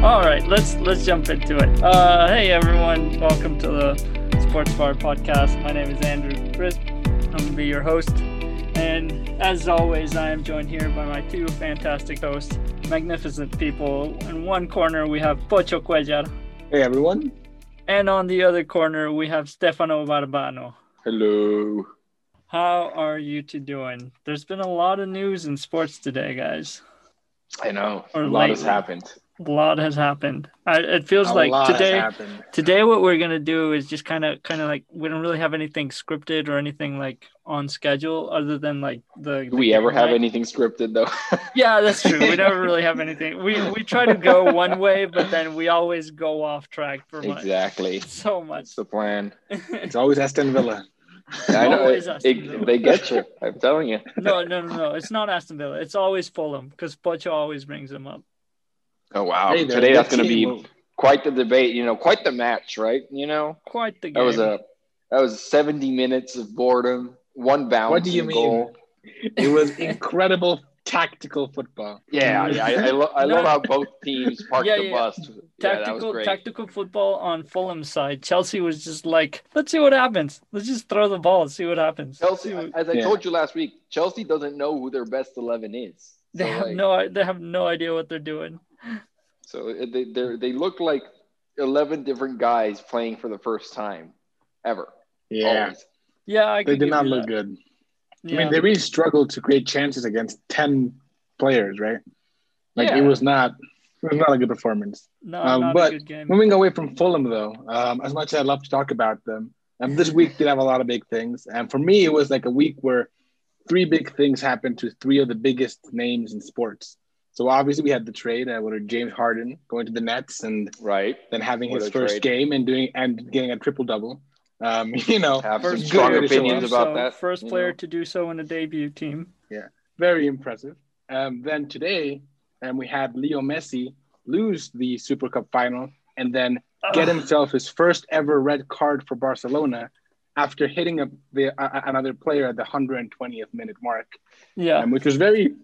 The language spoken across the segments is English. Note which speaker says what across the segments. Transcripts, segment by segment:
Speaker 1: let's let's jump into it. Uh, hey everyone, welcome to the Sports Bar Podcast. My name is Andrew Crisp. I'm gonna be your host, and as always, I am joined here by my two fantastic hosts, magnificent people. In one corner, we have Pocho Cuellar,
Speaker 2: Hey everyone.
Speaker 1: and on the other corner, we have Stefano Barbano.
Speaker 2: Hello.
Speaker 1: How are you two doing? There's been a lot of news in sports today, guys.
Speaker 2: I know.
Speaker 1: Or
Speaker 2: a lot
Speaker 1: lightly.
Speaker 2: has happened.
Speaker 1: A lot has happened. I, it feels
Speaker 2: a
Speaker 1: like
Speaker 2: lot
Speaker 1: today.
Speaker 2: has happened.
Speaker 1: today what we're gonna do is just kind of kind of like we don't really have anything scripted or anything like on schedule other than like the
Speaker 2: Do we ever have anything scripted though?
Speaker 1: yeah that's true we never really have anything we we try to go one way but then we always go off track for much
Speaker 2: exactly.
Speaker 1: so much
Speaker 2: That's the plan.
Speaker 3: It's always Aston Villa.
Speaker 2: I know
Speaker 1: always
Speaker 2: it,
Speaker 1: us.
Speaker 2: it- they get you. I'm telling you.
Speaker 1: no no no no it's not aston villa it's always fulham because pocho always brings them up
Speaker 2: Oh wow.
Speaker 3: Hey, they're
Speaker 2: Today
Speaker 3: a
Speaker 2: that's
Speaker 3: good
Speaker 2: going to
Speaker 3: team.
Speaker 2: be quite the debate. You know, quite the match, right? You know,
Speaker 1: quite the game
Speaker 2: that was a that was 70 minutes of boredom. One bounce.
Speaker 3: What do you
Speaker 2: and
Speaker 3: mean?
Speaker 2: Goal.
Speaker 3: It was incredible tactical football.
Speaker 2: Yeah, yeah. I, I, lo- I
Speaker 1: No.
Speaker 2: love how both teams parked
Speaker 1: Yeah,
Speaker 2: the
Speaker 1: yeah.
Speaker 2: bus. Yeah, that was
Speaker 1: tactical
Speaker 2: great.
Speaker 1: tactical football on fulham's side chelsea was just like let's see what happens let's just throw the ball and see what happens
Speaker 2: Chelsea,
Speaker 1: See what-
Speaker 2: as I
Speaker 3: Yeah.
Speaker 2: told you last week, Chelsea doesn't know who their best eleven is.
Speaker 1: They
Speaker 2: so
Speaker 1: have
Speaker 2: like,
Speaker 1: no they have no idea what they're doing.
Speaker 2: So it- they they're- they look like eleven different guys playing for the first time ever.
Speaker 3: Yeah,
Speaker 2: Always.
Speaker 1: Yeah, I
Speaker 3: Oh, they
Speaker 1: could
Speaker 3: did
Speaker 1: give
Speaker 3: not
Speaker 1: you
Speaker 3: look
Speaker 1: that.
Speaker 3: good.
Speaker 1: Yeah.
Speaker 3: I mean, they really struggled to create chances against ten players, right? Like
Speaker 2: Yeah.
Speaker 3: it was not, it was not a good performance.
Speaker 1: no,
Speaker 3: um,
Speaker 1: not
Speaker 3: but
Speaker 1: a good game.
Speaker 3: Moving away from Fulham, though, um, as much as I love to talk about them, um, this week did have a lot of big things, and for me, it was like a week where three big things happened to three of the biggest names in sports. So obviously, we had the trade uh, with James Harden going to the Nets and
Speaker 2: Right.
Speaker 3: than having
Speaker 2: What
Speaker 3: his
Speaker 2: a
Speaker 3: first
Speaker 2: trade.
Speaker 3: game and doing and getting a triple double. Um, you know,
Speaker 2: Have
Speaker 1: First
Speaker 2: some
Speaker 3: good
Speaker 2: strong
Speaker 1: player to do
Speaker 2: opinions
Speaker 1: so-
Speaker 2: about that.
Speaker 1: First
Speaker 2: you
Speaker 1: player
Speaker 2: know.
Speaker 1: to do so in a debut team.
Speaker 3: very impressive. Um, then today, and we had Leo Messi lose the Super Cup final and then get
Speaker 1: Ugh,
Speaker 3: himself his first ever red card for Barcelona after hitting a, the, a, another player at the 120th minute mark,
Speaker 1: Yeah.
Speaker 3: um, which was very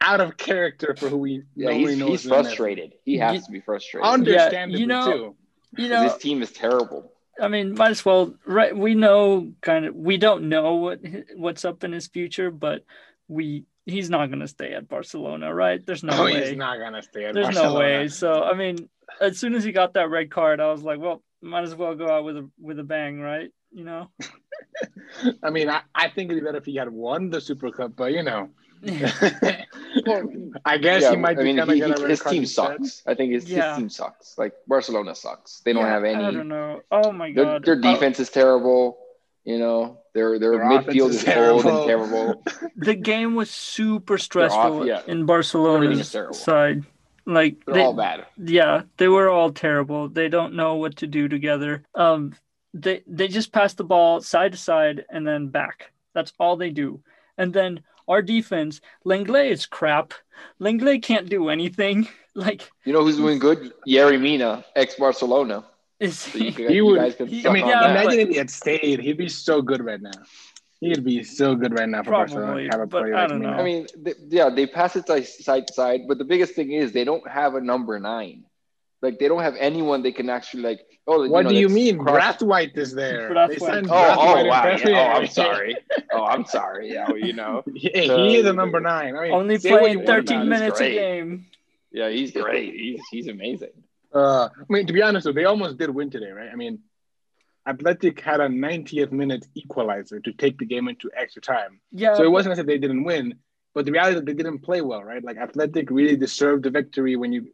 Speaker 3: out of character for who we
Speaker 2: Yeah,
Speaker 3: normally
Speaker 2: he's,
Speaker 3: know
Speaker 2: he's
Speaker 3: as Leo Messi.
Speaker 2: frustrated. He
Speaker 1: You-
Speaker 2: has to be frustrated.
Speaker 3: Understandably,
Speaker 1: you know,
Speaker 3: too.
Speaker 1: You
Speaker 2: 'Cause
Speaker 1: know,
Speaker 2: This team is terrible.
Speaker 1: I mean, might as well. Right, we know kind of. We don't know what what's up in his future, but we he's not going to stay at Barcelona, right? There's no
Speaker 3: oh,
Speaker 1: way.
Speaker 3: he's not gonna stay at
Speaker 1: There's
Speaker 3: Barcelona.
Speaker 1: no way. So I mean, as soon as he got that red card, I was like, well, might as well go out with a with a bang, right? You know.
Speaker 3: I mean, I, I think it'd be better if he had won the Super Cup, but you know, I guess
Speaker 2: Yeah,
Speaker 3: he might
Speaker 2: I
Speaker 3: be
Speaker 2: mean,
Speaker 3: kind of
Speaker 2: he-
Speaker 3: gonna
Speaker 2: he-
Speaker 3: red
Speaker 2: his
Speaker 3: card
Speaker 2: team
Speaker 3: instead.
Speaker 2: sucks. I think his,
Speaker 1: Yeah.
Speaker 2: his team sucks. Like Barcelona sucks. They don't
Speaker 1: Yeah,
Speaker 2: have any.
Speaker 1: I don't know. Oh my
Speaker 2: Their,
Speaker 1: god.
Speaker 2: their
Speaker 1: Oh,
Speaker 2: defense is terrible. You know, their their,
Speaker 3: Their
Speaker 2: midfield
Speaker 3: offense
Speaker 2: is
Speaker 3: is
Speaker 2: old and
Speaker 3: terrible.
Speaker 2: terrible.
Speaker 1: the game was super stressful
Speaker 2: yeah.
Speaker 1: in
Speaker 2: Everything
Speaker 1: Barcelona's
Speaker 2: is terrible.
Speaker 1: side. Like
Speaker 2: They're
Speaker 1: they-
Speaker 2: all bad.
Speaker 1: yeah, they were all terrible. They don't know what to do together. Um they they just pass the ball side to side and then back. That's all they do. And then our defense, Lenglet is crap. Lenglet can't do anything. Like
Speaker 2: You know who's doing good? Yerry Mina, ex Barcelona.
Speaker 1: is
Speaker 2: So you,
Speaker 1: he,
Speaker 2: could-
Speaker 3: He
Speaker 2: you
Speaker 3: would-
Speaker 2: guys can
Speaker 1: he-
Speaker 2: suck
Speaker 3: I mean,
Speaker 2: on
Speaker 1: Yeah,
Speaker 2: that.
Speaker 3: imagine if he had stayed, he'd be so good right now. He'd be so good right now for Barcelona.
Speaker 1: Probably,
Speaker 3: to Have a
Speaker 1: but
Speaker 3: player
Speaker 1: I
Speaker 3: like
Speaker 1: don't
Speaker 3: Mina.
Speaker 1: know.
Speaker 2: I mean, th- yeah, they pass it si- side to side, but the biggest thing is they don't have a number nine. Like they don't have anyone they can actually like. Oh,
Speaker 3: what
Speaker 2: know,
Speaker 3: do you
Speaker 2: that's
Speaker 3: mean?
Speaker 2: cross-
Speaker 3: Brathwaite is there.
Speaker 1: Brathwaite.
Speaker 3: They signed
Speaker 2: Oh, oh
Speaker 3: Brathwaite in
Speaker 2: wow. yeah, oh, I'm
Speaker 3: February.
Speaker 2: sorry. Oh, I'm sorry. Yeah, well, you know.
Speaker 3: Hey, he is a number nine. I mean,
Speaker 1: only
Speaker 3: say what
Speaker 1: playing
Speaker 3: you want about
Speaker 1: 13
Speaker 3: him.
Speaker 1: minutes a
Speaker 2: great.
Speaker 1: game.
Speaker 2: Yeah, he's great. He's he's amazing.
Speaker 3: Uh, I mean, to be honest, though, they almost did win today, right? I mean, Athletic had a 90th minute equalizer to take the game into extra time.
Speaker 1: Yeah.
Speaker 3: So it
Speaker 2: Um,
Speaker 1: but-
Speaker 3: wasn't as if they didn't win, but the reality is that they didn't play well, right? Like Athletic really deserved the victory when you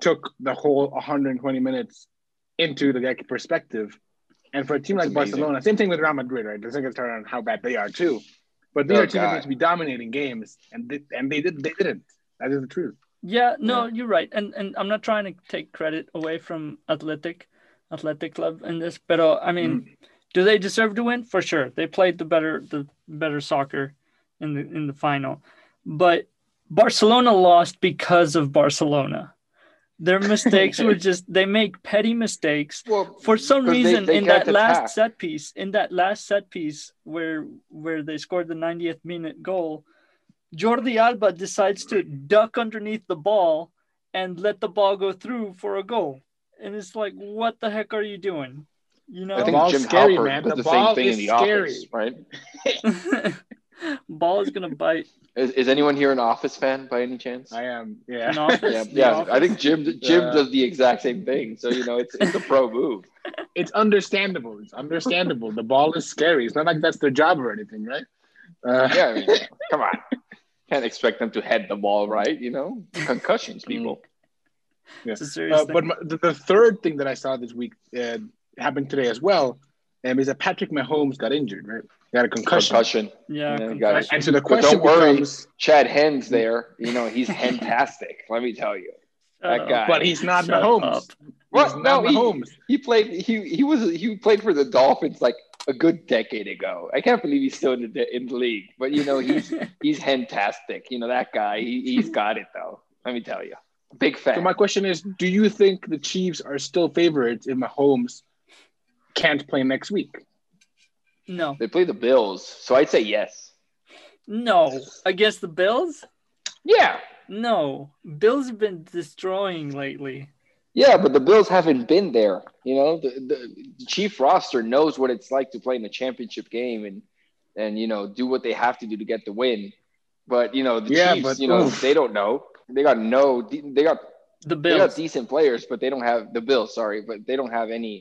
Speaker 3: took the whole 120 minutes into the like, perspective. And for a team
Speaker 2: That's
Speaker 3: like
Speaker 2: amazing.
Speaker 3: Barcelona, same thing with Real Madrid, right? Let's not get started on how bad they are too. But these
Speaker 2: Oh,
Speaker 3: are teams that
Speaker 2: God.
Speaker 3: need to be dominating games, and they, and they did they didn't. That is the truth.
Speaker 1: Yeah, no, you're right, and and I'm not trying to take credit away from Athletic, Athletic Club in this, but uh, I mean, do they deserve to win? For sure, they played the better the better soccer in the in the final, but Barcelona lost because of Barcelona. Their mistakes were just they make petty mistakes
Speaker 2: Well,
Speaker 1: for some
Speaker 2: 'Cause they-
Speaker 1: reason
Speaker 2: they
Speaker 1: in that
Speaker 2: can't attack.
Speaker 1: last set piece in that last set piece where where they scored the 90th minute goal jordi alba decides to duck underneath the ball and let the ball go through for a goal. And it's like, what the heck are you doing? You know,
Speaker 2: I think
Speaker 3: ball's
Speaker 2: Jim
Speaker 3: scary,
Speaker 2: Halpert
Speaker 3: man.
Speaker 2: does
Speaker 3: The
Speaker 2: the, same
Speaker 3: ball
Speaker 2: thing
Speaker 3: is
Speaker 2: in the office,
Speaker 3: scary.
Speaker 2: right?
Speaker 1: ball is gonna bite.
Speaker 2: Is, is anyone here an office fan by any chance?
Speaker 3: I Uh, am. Yeah.
Speaker 1: An office?
Speaker 2: yeah,
Speaker 1: The
Speaker 2: yeah.
Speaker 1: Office.
Speaker 2: I think Jim Jim
Speaker 3: Yeah.
Speaker 2: does the exact same thing. So you know, it's it's a pro move.
Speaker 3: It's understandable. It's understandable. the ball is scary. It's not like that's their job or anything, right? Uh,
Speaker 2: Yeah, I mean, come on, can't expect them to head the ball right. You know, concussions, people.
Speaker 1: It's a serious
Speaker 3: Uh,
Speaker 1: thing.
Speaker 3: but my, the, the third thing that I saw this week uh, happened today as well um, is that Patrick Mahomes got injured, right? Got a concussion.
Speaker 2: Concussion.
Speaker 1: yeah,
Speaker 2: Yeah, you got it.
Speaker 1: concussion.
Speaker 3: And so the
Speaker 2: But
Speaker 3: question
Speaker 2: don't worry.
Speaker 3: becomes,
Speaker 2: Chad Hens there. You know, he's fantastic. let me tell you. That
Speaker 1: Uh,
Speaker 2: guy.
Speaker 3: but he's not
Speaker 1: Shut
Speaker 3: Mahomes.
Speaker 1: up.
Speaker 3: He's
Speaker 2: What?
Speaker 3: not
Speaker 2: No, he-
Speaker 3: Mahomes.
Speaker 2: He played. He he was he played for the Dolphins like a good decade ago. I can't believe he's still in the in the league. But you know, he's he's fantastic. You know that guy. He, he's got it though. Let me tell you, big fan.
Speaker 3: So my question is, do you think the Chiefs are still favorites if Mahomes can't play next week?
Speaker 1: no,
Speaker 2: They play the Bills, so I'd say yes.
Speaker 1: no, against the Bills.
Speaker 2: Yeah,
Speaker 1: No, Bills have been destroying lately.
Speaker 2: yeah, but the Bills haven't been there. You know, the, the chief roster knows what it's like to play in a championship game and and you know do what they have to do to get the win. But you know the
Speaker 3: Yeah,
Speaker 2: Chiefs,
Speaker 3: but-
Speaker 2: you know
Speaker 3: oof.
Speaker 2: they don't know. They got no. They got
Speaker 1: The
Speaker 2: they got
Speaker 1: Bills.
Speaker 2: decent players, but they don't have the Bills. Sorry, but they don't have any.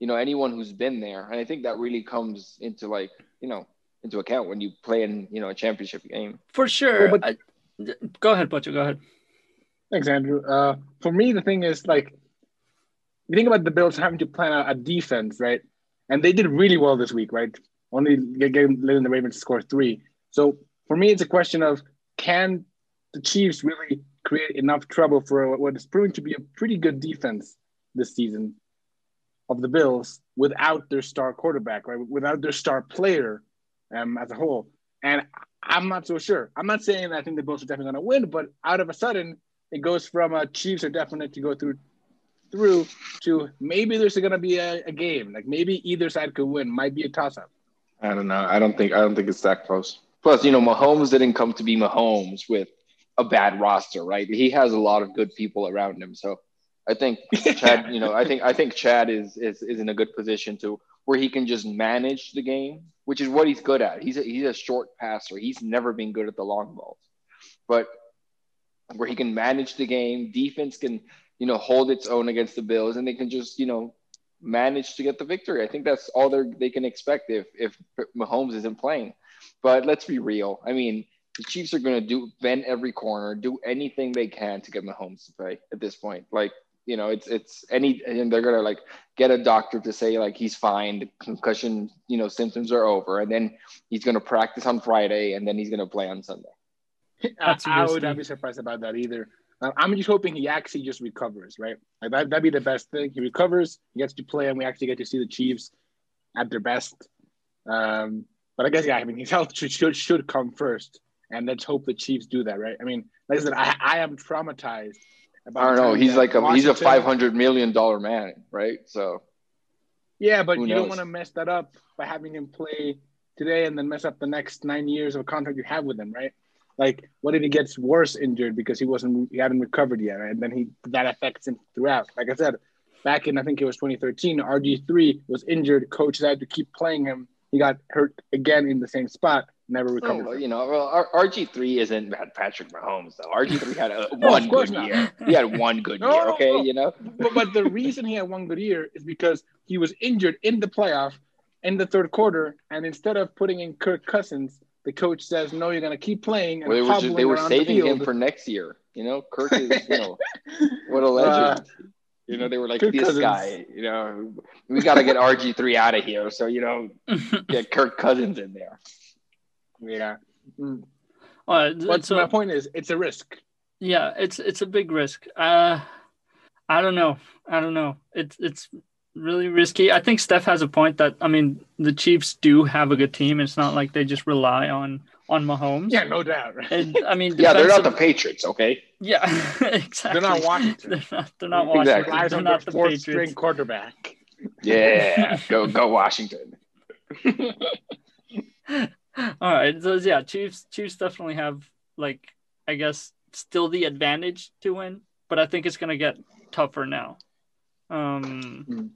Speaker 2: You know anyone who's been there, and I think that really comes into like you know into account when you play in you know a championship game.
Speaker 1: For sure.
Speaker 3: Well,
Speaker 1: I- go ahead, Butcher. Go ahead.
Speaker 3: Thanks, Andrew. Uh, for me, the thing is like, you think about the Bills having to plan out a defense, right? And they did really well this week, right? Only g- g- letting the Ravens score three. So for me, it's a question of can the Chiefs really create enough trouble for what is proving to be a pretty good defense this season of the Bills without their star quarterback, right? Without their star player um, as a whole. And I'm not so sure. I'm not saying that I think the Bills are definitely going to win, but out of a sudden, it goes from uh, Chiefs are definite to go through through to maybe there's going to be a, a game. Like maybe either side could win. Might be a toss up.
Speaker 2: I don't know. I don't think I don't think it's that close. Plus, you know, Mahomes didn't come to be Mahomes with a bad roster, right? He has a lot of good people around him. So I think Chad, you know, I think I think Chad is is, is in a good position to where he can just manage the game, which is what he's good at. He's a, he's a short passer. He's never been good at the long balls, but where he can manage the game, defense can you know hold its own against the Bills, and they can just you know manage to get the victory. I think that's all they are they can expect if if Mahomes isn't playing. But let's be real. I mean, the Chiefs are going to do bend every corner, do anything they can to get Mahomes to play at this point. Like you know, it's it's any and they're going to like get a doctor to say like he's fine, the concussion you know symptoms are over, and then he's going to practice on Friday, and then he's going to play on Sunday.
Speaker 3: I,
Speaker 1: That's
Speaker 3: I would
Speaker 1: risky.
Speaker 3: not be surprised about that either. Uh, I'm just hoping he actually just recovers, right? Like that, that'd be the best thing. He recovers, he gets to play, and we actually get to see the Chiefs at their best. Um, but I guess, yeah, I mean, his health should, should, should come first. And let's hope the Chiefs do that, right? I mean, like I said, I, I am traumatized. About
Speaker 2: I don't
Speaker 3: the
Speaker 2: know.
Speaker 3: time
Speaker 2: He's
Speaker 3: that
Speaker 2: like a he's a
Speaker 3: Washington-
Speaker 2: five hundred million dollar man, right? So
Speaker 3: Yeah, but
Speaker 2: Who
Speaker 3: you
Speaker 2: knows?
Speaker 3: don't want to mess that up by having him play today and then mess up the next nine years of a contract you have with him, right? Like, what if he gets worse injured because he wasn't he hadn't recovered yet, right? and then he that affects him throughout. Like I said, back in I think it was 2013, RG three was injured. Coach had to keep playing him. He got hurt again in the same spot, never
Speaker 2: Oh,
Speaker 3: recovered.
Speaker 2: well,
Speaker 3: from it.
Speaker 2: you know, well, RG three isn't bad Patrick Mahomes though. RG three had a,
Speaker 3: No,
Speaker 2: one
Speaker 3: of
Speaker 2: good
Speaker 3: course not.
Speaker 2: year. He had one good
Speaker 3: No,
Speaker 2: year.
Speaker 3: no,
Speaker 2: Okay,
Speaker 3: no.
Speaker 2: you know.
Speaker 3: but, but the reason he had one good year is because he was injured in the playoff in the third quarter, and instead of putting in Kirk Cousins, the coach says, "No, you're going to keep playing." And
Speaker 2: They were just,
Speaker 3: hobbling
Speaker 2: they were
Speaker 3: around
Speaker 2: saving
Speaker 3: the
Speaker 2: him
Speaker 3: field.
Speaker 2: for next year. You know, Kirk is you know what a legend. you know, they were like
Speaker 3: Uh, Kirk
Speaker 2: this
Speaker 3: Cousins.
Speaker 2: guy. You know, we got to get RG three out of here. So you know, get Kirk Cousins in there.
Speaker 3: Yeah, Mm.
Speaker 1: All right.
Speaker 3: but
Speaker 1: so-
Speaker 3: my point is, it's a risk.
Speaker 1: yeah it's it's a big risk uh i don't know i don't know it's it's really risky i think steph has a point that i mean the chiefs do have a good team it's not like they just rely on on mahomes
Speaker 3: Yeah, no doubt. Right?
Speaker 1: and i mean
Speaker 2: Yeah, they're not the
Speaker 1: defensive-
Speaker 2: Patriots. Okay,
Speaker 1: yeah exactly
Speaker 3: Washington.
Speaker 1: they're not they're not washington
Speaker 2: Exactly.
Speaker 3: Relies
Speaker 1: they're
Speaker 3: on their
Speaker 1: not the
Speaker 3: fourth
Speaker 1: patriots
Speaker 3: string quarterback.
Speaker 2: yeah, go go Washington.
Speaker 1: all right so yeah chiefs chiefs definitely have like i guess still the advantage to win but I think it's going to get tougher now. Um,
Speaker 3: Mm.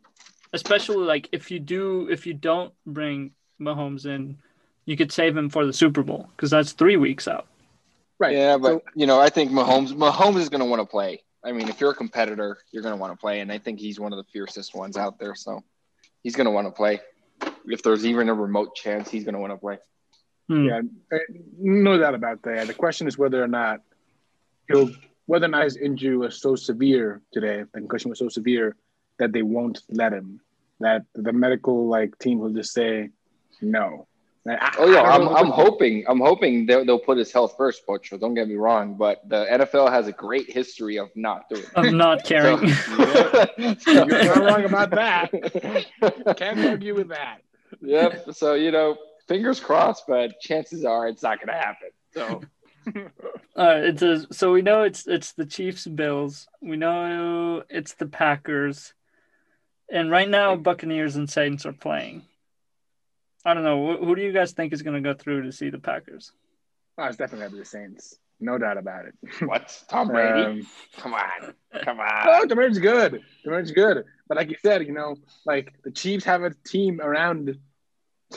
Speaker 1: Especially like if you do, if you don't bring Mahomes in, you could save him for the Super Bowl because that's three weeks out.
Speaker 3: Right.
Speaker 2: Yeah, but
Speaker 3: So-
Speaker 2: you know, I think Mahomes Mahomes is going to want to play. I mean, if you're a competitor, you're going to want to play, and I think he's one of the fiercest ones out there. So he's going to want to play. If there's even a remote chance, he's going to want to play.
Speaker 1: Hmm.
Speaker 3: Yeah, uh, no doubt about that. The question is whether or not he'll, whether or not his injury was so severe today, the concussion was so severe that they won't let him. That the medical like team will just say no. Like, I-
Speaker 2: Oh yeah,
Speaker 3: I don't
Speaker 2: I'm,
Speaker 3: know
Speaker 2: I'm
Speaker 3: what-
Speaker 2: hoping I'm hoping they'll, they'll put his health first, Pocho. Don't get me wrong, but the NFL has a great history of not doing.
Speaker 1: I'm not caring.
Speaker 2: it. So-
Speaker 3: You're not wrong about that.
Speaker 2: so,
Speaker 3: Can't argue with that.
Speaker 2: yep. So you know, fingers crossed, but chances are it's not going to happen. So
Speaker 1: All right, it says so we know it's it's the Chiefs Bills. We know it's the Packers. And right now Buccaneers and Saints are playing. I don't know. Who, who do you guys think is going to go through to see the Packers?
Speaker 3: Oh, it's definitely gonna be the Saints. No doubt about it.
Speaker 2: what? Tom Brady?
Speaker 3: Um,
Speaker 2: Come on, come on.
Speaker 3: Oh, Demar's good. Demar's good. But like you said, you know, like the Chiefs have a team around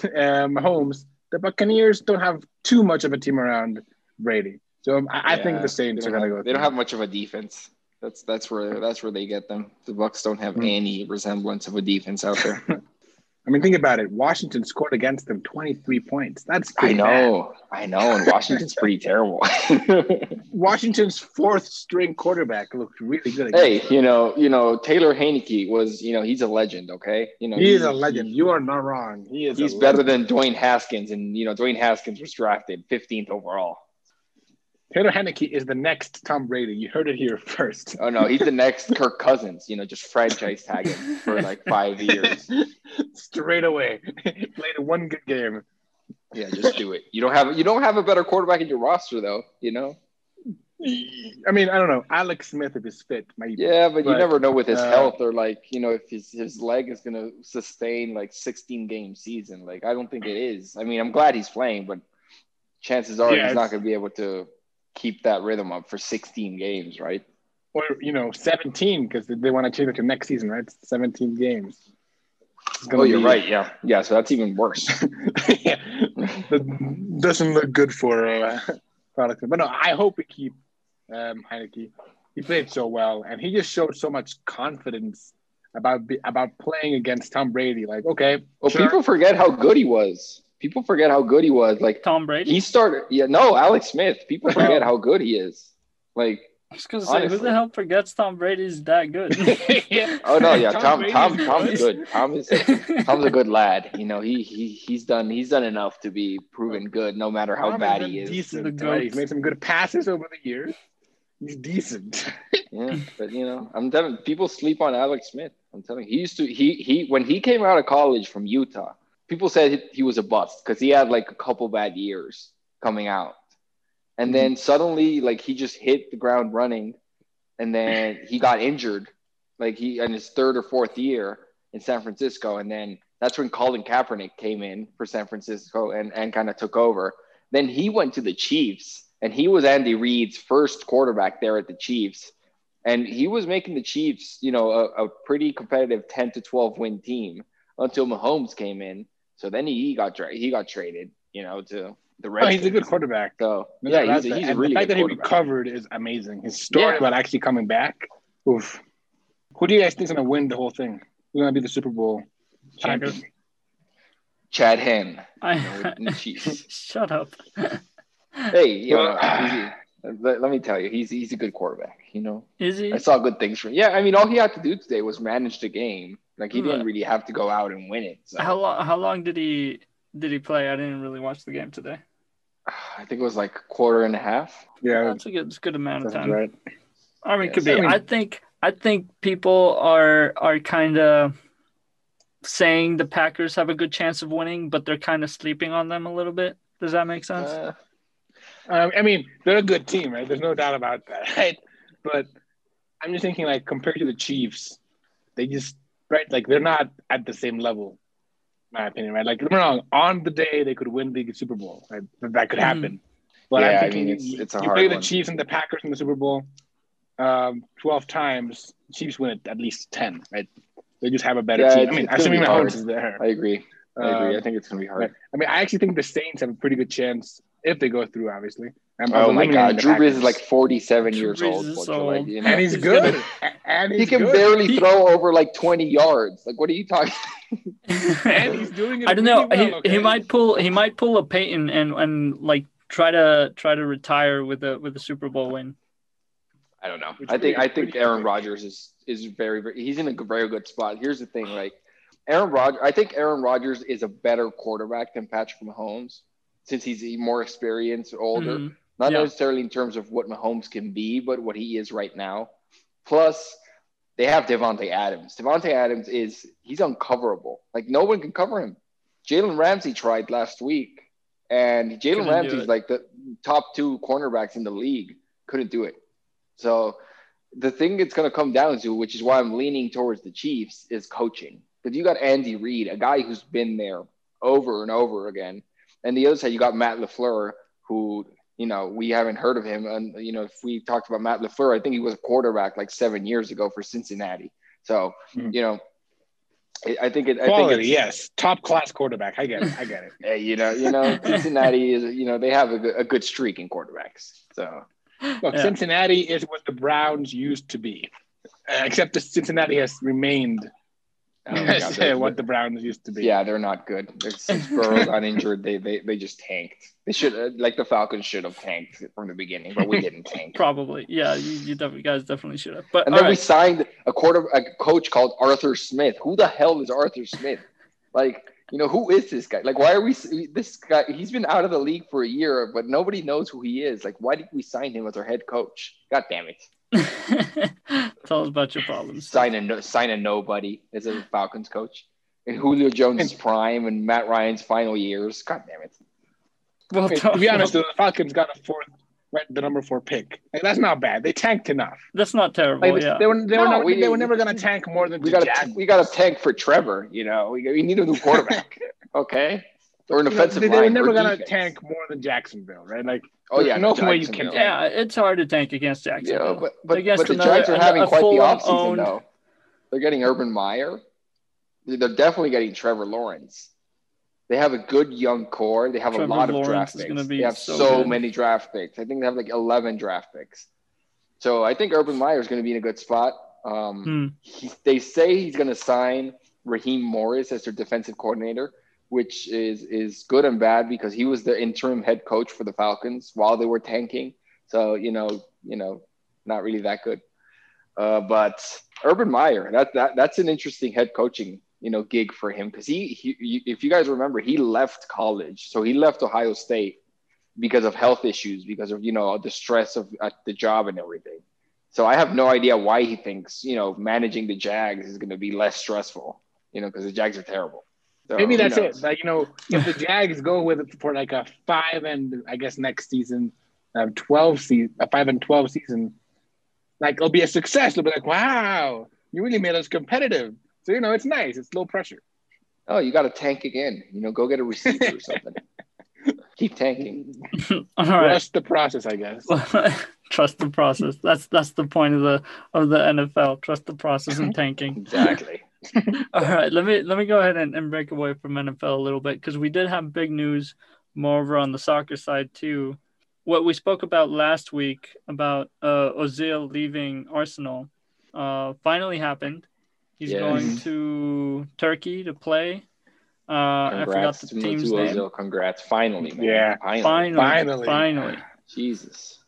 Speaker 3: uh, Mahomes. The Buccaneers don't have too much of a team around Brady. So um, I, I think
Speaker 2: Yeah,
Speaker 3: the Saints
Speaker 2: they
Speaker 3: are
Speaker 2: don't
Speaker 3: going to go.
Speaker 2: have- They don't have much of a defense. That's that's where that's where they get them. The Bucks don't have
Speaker 3: Hmm.
Speaker 2: any resemblance of a defense out there.
Speaker 3: I mean, think about it. Washington scored against them 23 points. That's
Speaker 2: I
Speaker 3: pretty bad.
Speaker 2: know, I know, and Washington's pretty terrible.
Speaker 3: Washington's fourth string quarterback looked really good. against
Speaker 2: hey, you know, you know, Taylor Haneke was, you know, he's a legend. Okay, you know,
Speaker 3: them. he is
Speaker 2: he's-
Speaker 3: a legend. You are not wrong. He is. a
Speaker 2: He's better
Speaker 3: legend.
Speaker 2: than Dwayne Haskins, and you know, Dwayne Haskins was drafted 15th overall.
Speaker 3: Taylor Henneke is the next Tom Brady. You heard it here first.
Speaker 2: Oh no, he's the next Kirk Cousins. You know, just franchise tag him for like five years.
Speaker 3: Straight away, played one good game.
Speaker 2: Yeah, just do it. You don't have you don't have a better quarterback in your roster though. You know.
Speaker 3: I mean, I don't know. Alex Smith, if he's fit, might.
Speaker 2: Yeah, but, you
Speaker 3: But,
Speaker 2: never know with his
Speaker 3: uh,
Speaker 2: health or like you know if his his leg is gonna sustain like 16 game season. Like I don't think it is. I mean, I'm glad he's playing, but chances are
Speaker 3: Yeah,
Speaker 2: he's not
Speaker 3: it's-
Speaker 2: gonna be able to keep that rhythm up for 16 games, right?
Speaker 3: or you know, seventeen because they want to change it to next season, right? Seventeen games. It's
Speaker 2: Oh,
Speaker 3: gonna
Speaker 2: you're
Speaker 3: be-
Speaker 2: right. Yeah, yeah. So that's even worse.
Speaker 3: yeah. That doesn't look good for uh, product, but no, I hope we keep um, Heineke. He played so well, and he just showed so much confidence about be, about playing against Tom Brady. Like, okay,
Speaker 2: Well,
Speaker 3: sure.
Speaker 2: people forget how good he was. People forget how good he was. Like
Speaker 1: Tom Brady?
Speaker 2: he started. Yeah, no, Alex Smith. People forget
Speaker 3: Well-
Speaker 2: how good he is. Like
Speaker 1: I was going to say who
Speaker 2: honestly.
Speaker 1: the hell forgets Tom Brady's that good?
Speaker 3: Yeah.
Speaker 2: oh no, yeah. Tom
Speaker 3: Brady's
Speaker 2: Tom Tom
Speaker 3: good.
Speaker 2: is good. Tom is Tom's a good lad. You know, he he he's done he's done enough to be proven good, no matter how
Speaker 3: Tom
Speaker 2: bad
Speaker 3: been
Speaker 2: he is.
Speaker 1: The
Speaker 3: Oh, Decent.
Speaker 1: goat.
Speaker 3: right? He's made some good passes over the years. He's decent.
Speaker 2: Yeah, but you know, I'm telling people sleep on Alex Smith. I'm telling you, he used to he he when he came out of college from Utah, people said he, he was a bust because he had like a couple bad years coming out,
Speaker 3: Mm-hmm.
Speaker 2: and then suddenly like he just hit the ground running, and then he got injured, like he in his third or fourth year in San Francisco, and then that's when Colin Kaepernick came in for San Francisco and and kind of took over. Then he went to the Chiefs, and he was Andy Reid's first quarterback there at the Chiefs and he was making the Chiefs, you know, a, a pretty competitive 10 to 12 win team until Mahomes came in. So then he, he got tra- he got traded, you know, to the
Speaker 3: Oh,
Speaker 2: Redskins.
Speaker 3: he's a good quarterback.
Speaker 2: So
Speaker 3: No doubt
Speaker 2: yeah,
Speaker 3: about
Speaker 2: he's a,
Speaker 3: that.
Speaker 2: he's a
Speaker 3: And
Speaker 2: really
Speaker 3: the fact
Speaker 2: good
Speaker 3: that he
Speaker 2: quarterback.
Speaker 3: recovered is amazing. His story
Speaker 2: Yeah.
Speaker 3: about actually coming back. Oof. Who do you guys think's gonna win the whole thing? Who's gonna be the Super Bowl champion?
Speaker 2: Chad Hen, you know,
Speaker 1: I,
Speaker 2: with the Chiefs.
Speaker 1: shut up.
Speaker 2: hey, you know,
Speaker 3: Well,
Speaker 2: he's- let, let me tell you, he's he's a good quarterback. You know,
Speaker 1: Is he?
Speaker 2: I saw good things from. Yeah, I mean, all he had to do today was manage the game. Like he
Speaker 1: Right.
Speaker 2: didn't really have to go out and win it. So.
Speaker 1: How long how long did he did he play? I didn't really watch the game today.
Speaker 2: I think it was like a quarter and a half.
Speaker 3: Yeah,
Speaker 1: That's a good, it's a good amount of
Speaker 3: that's
Speaker 1: time.
Speaker 3: right.
Speaker 1: I mean,
Speaker 2: Yeah,
Speaker 1: could
Speaker 2: so-
Speaker 1: be. I think I think people are are kind of saying the Packers have a good chance of winning, but they're kind of sleeping on them a little bit. Does that make sense?
Speaker 2: Uh,
Speaker 3: Um, I mean, they're a good team, right? There's no doubt about that, right? But I'm just thinking, like, compared to the Chiefs, they just right, like, they're not at the same level, in my opinion, right? Like, don't get me wrong, on the day they could win the Super Bowl, right? That- That could happen. But
Speaker 2: Yeah, I
Speaker 3: I'm thinking
Speaker 2: mean, it's-
Speaker 3: you-
Speaker 2: it's a
Speaker 3: you
Speaker 2: hard
Speaker 3: play the
Speaker 2: one.
Speaker 3: Chiefs and the Packers in the Super Bowl. um, 12 times, Chiefs win at, at least 10, right? They just have a better
Speaker 2: Yeah,
Speaker 3: team. I
Speaker 2: it's-
Speaker 3: mean,
Speaker 2: it's
Speaker 3: assuming
Speaker 2: gonna be
Speaker 3: Mahomes
Speaker 2: hard.
Speaker 3: is there.
Speaker 2: I agree. I agree.
Speaker 3: Um,
Speaker 2: I think it's gonna be hard.
Speaker 3: right. I mean, I actually think the Saints have a pretty good chance if they go through, obviously. And
Speaker 2: Oh my
Speaker 3: eliminating
Speaker 2: god,
Speaker 3: the
Speaker 2: Drew Brees is
Speaker 3: Packers.
Speaker 2: like 47
Speaker 1: Drew
Speaker 2: years
Speaker 1: Brees
Speaker 2: old.
Speaker 1: is
Speaker 2: Butcher,
Speaker 1: so
Speaker 2: like,
Speaker 1: old.
Speaker 2: you know,
Speaker 3: and he's
Speaker 1: he's
Speaker 3: good.
Speaker 1: gonna-
Speaker 3: and he's
Speaker 2: he can
Speaker 3: good.
Speaker 2: barely
Speaker 1: He-
Speaker 2: throw over like 20 yards. Like, what are you talking?
Speaker 3: And he's doing it.
Speaker 1: I don't know.
Speaker 3: really
Speaker 1: he,
Speaker 3: well,
Speaker 1: he
Speaker 3: okay?
Speaker 1: might pull he might pull a Peyton and and like try to try to retire with a with a Super Bowl win.
Speaker 2: I don't know.
Speaker 3: Which
Speaker 2: I think
Speaker 3: pretty-
Speaker 2: I think
Speaker 3: pretty-
Speaker 2: Aaron Rodgers is is very very he's in a very good spot. Here's the thing, like Aaron Rodgers, I think Aaron Rodgers is a better quarterback than Patrick Mahomes since he's more experienced, older.
Speaker 1: Mhm.
Speaker 2: Not
Speaker 1: yeah.
Speaker 2: necessarily in terms of what Mahomes can be, but what he is right now. Plus, they have Devonte Adams. Devonte Adams is he's uncoverable. Like no one can cover him. Jalen Ramsey tried last week, and
Speaker 1: Couldn't
Speaker 2: Jalen
Speaker 1: do
Speaker 2: Ramsey's
Speaker 1: it.
Speaker 2: like the top two cornerbacks in the league. Couldn't do it. So the thing it's going to come down to, which is why I'm leaning towards the Chiefs, is coaching. Because you got Andy Reid, a guy who's been there over and over again, and the other side you got Matt Lafleur, who you know, we haven't heard of him. And, you know, if we talked about Matt LaFleur, I think he was a quarterback like seven years ago for Cincinnati. So,
Speaker 3: Mhm.
Speaker 2: you know, I- I think it, I think
Speaker 3: Quality,
Speaker 2: it's,
Speaker 3: yes. Top class quarterback. I get it. I get it.
Speaker 2: eh, you know, you know, Cincinnati is, you know, they have a, good- a good streak in quarterbacks. So,
Speaker 3: Look,
Speaker 1: Yeah.
Speaker 3: Cincinnati is what the Browns used to be, uh, except that Cincinnati has remained
Speaker 2: oh my God, they're-
Speaker 3: what the Browns used to be.
Speaker 2: yeah, they're not good. They're- Since Burrow's not injured, they, they, they just tanked. They should, uh, like the Falcons should have tanked from the beginning, but we didn't tank.
Speaker 1: Probably. Yeah, you, you definitely guys definitely should have. But
Speaker 2: And
Speaker 1: all
Speaker 2: then we
Speaker 1: right.
Speaker 2: signed a quarter a coach called Arthur Smith. Who the hell is Arthur Smith? Like, you know, who is this guy? Like, why are we this guy? He's been out of the league for a year, but nobody knows who he is. Like, why did we sign him as our head coach? God damn it!
Speaker 1: Tell us about your problems.
Speaker 2: Sign a no, sign a nobody as a Falcons coach in Julio Jones' prime and Matt Ryan's final years. God damn it!
Speaker 1: Well,
Speaker 3: I mean,
Speaker 1: tell-
Speaker 3: to be honest, the Falcons got a fourth, right, the number four pick. Like, that's not bad. They tanked enough.
Speaker 1: that's not terrible.
Speaker 3: Like,
Speaker 1: yeah.
Speaker 3: they, were, they, were
Speaker 2: No,
Speaker 3: never,
Speaker 2: we-
Speaker 3: they were never going to tank more than
Speaker 2: We
Speaker 3: the
Speaker 2: got
Speaker 3: Jags.
Speaker 2: to we got to tank for Trevor. You know, we, we need a new quarterback. okay, or an
Speaker 3: You know,
Speaker 2: offensive
Speaker 3: they, they
Speaker 2: line.
Speaker 3: were
Speaker 2: or
Speaker 3: never going to
Speaker 2: defense.
Speaker 3: tank more than Jacksonville, right? Like,
Speaker 2: Oh yeah,
Speaker 3: no way you can
Speaker 2: Jacksonville.
Speaker 1: yeah, it's hard to tank against
Speaker 2: Yeah,
Speaker 1: Jacksonville.
Speaker 2: but but,
Speaker 1: guessed
Speaker 2: but the
Speaker 1: another-
Speaker 2: Jags are
Speaker 1: an-
Speaker 2: having
Speaker 1: a
Speaker 2: quite the
Speaker 1: full-on
Speaker 2: offseason
Speaker 1: owned-
Speaker 2: though. They're getting Urban Meyer. They're definitely getting Trevor Lawrence. They have a good young core. They have
Speaker 1: Trevor
Speaker 2: a lot of
Speaker 1: Lawrence
Speaker 2: draft
Speaker 1: is gonna
Speaker 2: picks.
Speaker 1: be
Speaker 2: They have
Speaker 1: so
Speaker 2: so,
Speaker 1: good.
Speaker 2: many draft picks. I think they have like eleven draft picks. So I think Urban Meyer is going to be in a good spot. Um,
Speaker 1: Hmm.
Speaker 2: he, they say he's going to sign Raheem Morris as their defensive coordinator, which is is good and bad because he was the interim head coach for the Falcons while they were tanking. So you know, you know, not really that good. Uh, but Urban Meyer, that, that that's an interesting head coaching you know gig for him because he, he you, if you guys remember, he left college, so he left Ohio State because of health issues, because of you know the stress of at the job and everything. So I have no idea why he thinks you know managing the Jags is going to be less stressful, you know, because the Jags are terrible. So,
Speaker 3: Maybe
Speaker 2: who
Speaker 3: that's
Speaker 2: knows?
Speaker 3: it. Like you know, if the Jags go with it for like a five and I guess next season, um, twelve season, a five and twelve season, like it'll be a success. It'll be like, wow, you really made us competitive. So you know, it's nice. It's low pressure.
Speaker 2: Oh, you got to tank again. You know, go get a receiver or something. Keep tanking.
Speaker 1: All right.
Speaker 3: Trust the process, I guess.
Speaker 1: trust the process. That's that's the point of the of the NFL. Trust the process and tanking.
Speaker 2: Exactly.
Speaker 1: All right, let me let me go ahead and, and break away from NFL a little bit because we did have big news moreover on the soccer side too. What we spoke about last week about uh, Ozil leaving Arsenal uh, finally happened. He's
Speaker 2: Yes.
Speaker 1: going to Turkey to play. Uh, I forgot
Speaker 2: Congrats
Speaker 1: the
Speaker 2: to Mesut
Speaker 1: team's name.
Speaker 2: Ozil. Congrats. Finally, man.
Speaker 3: Yeah.
Speaker 2: Finally.
Speaker 1: Finally, finally,
Speaker 3: Finally.
Speaker 2: Jesus.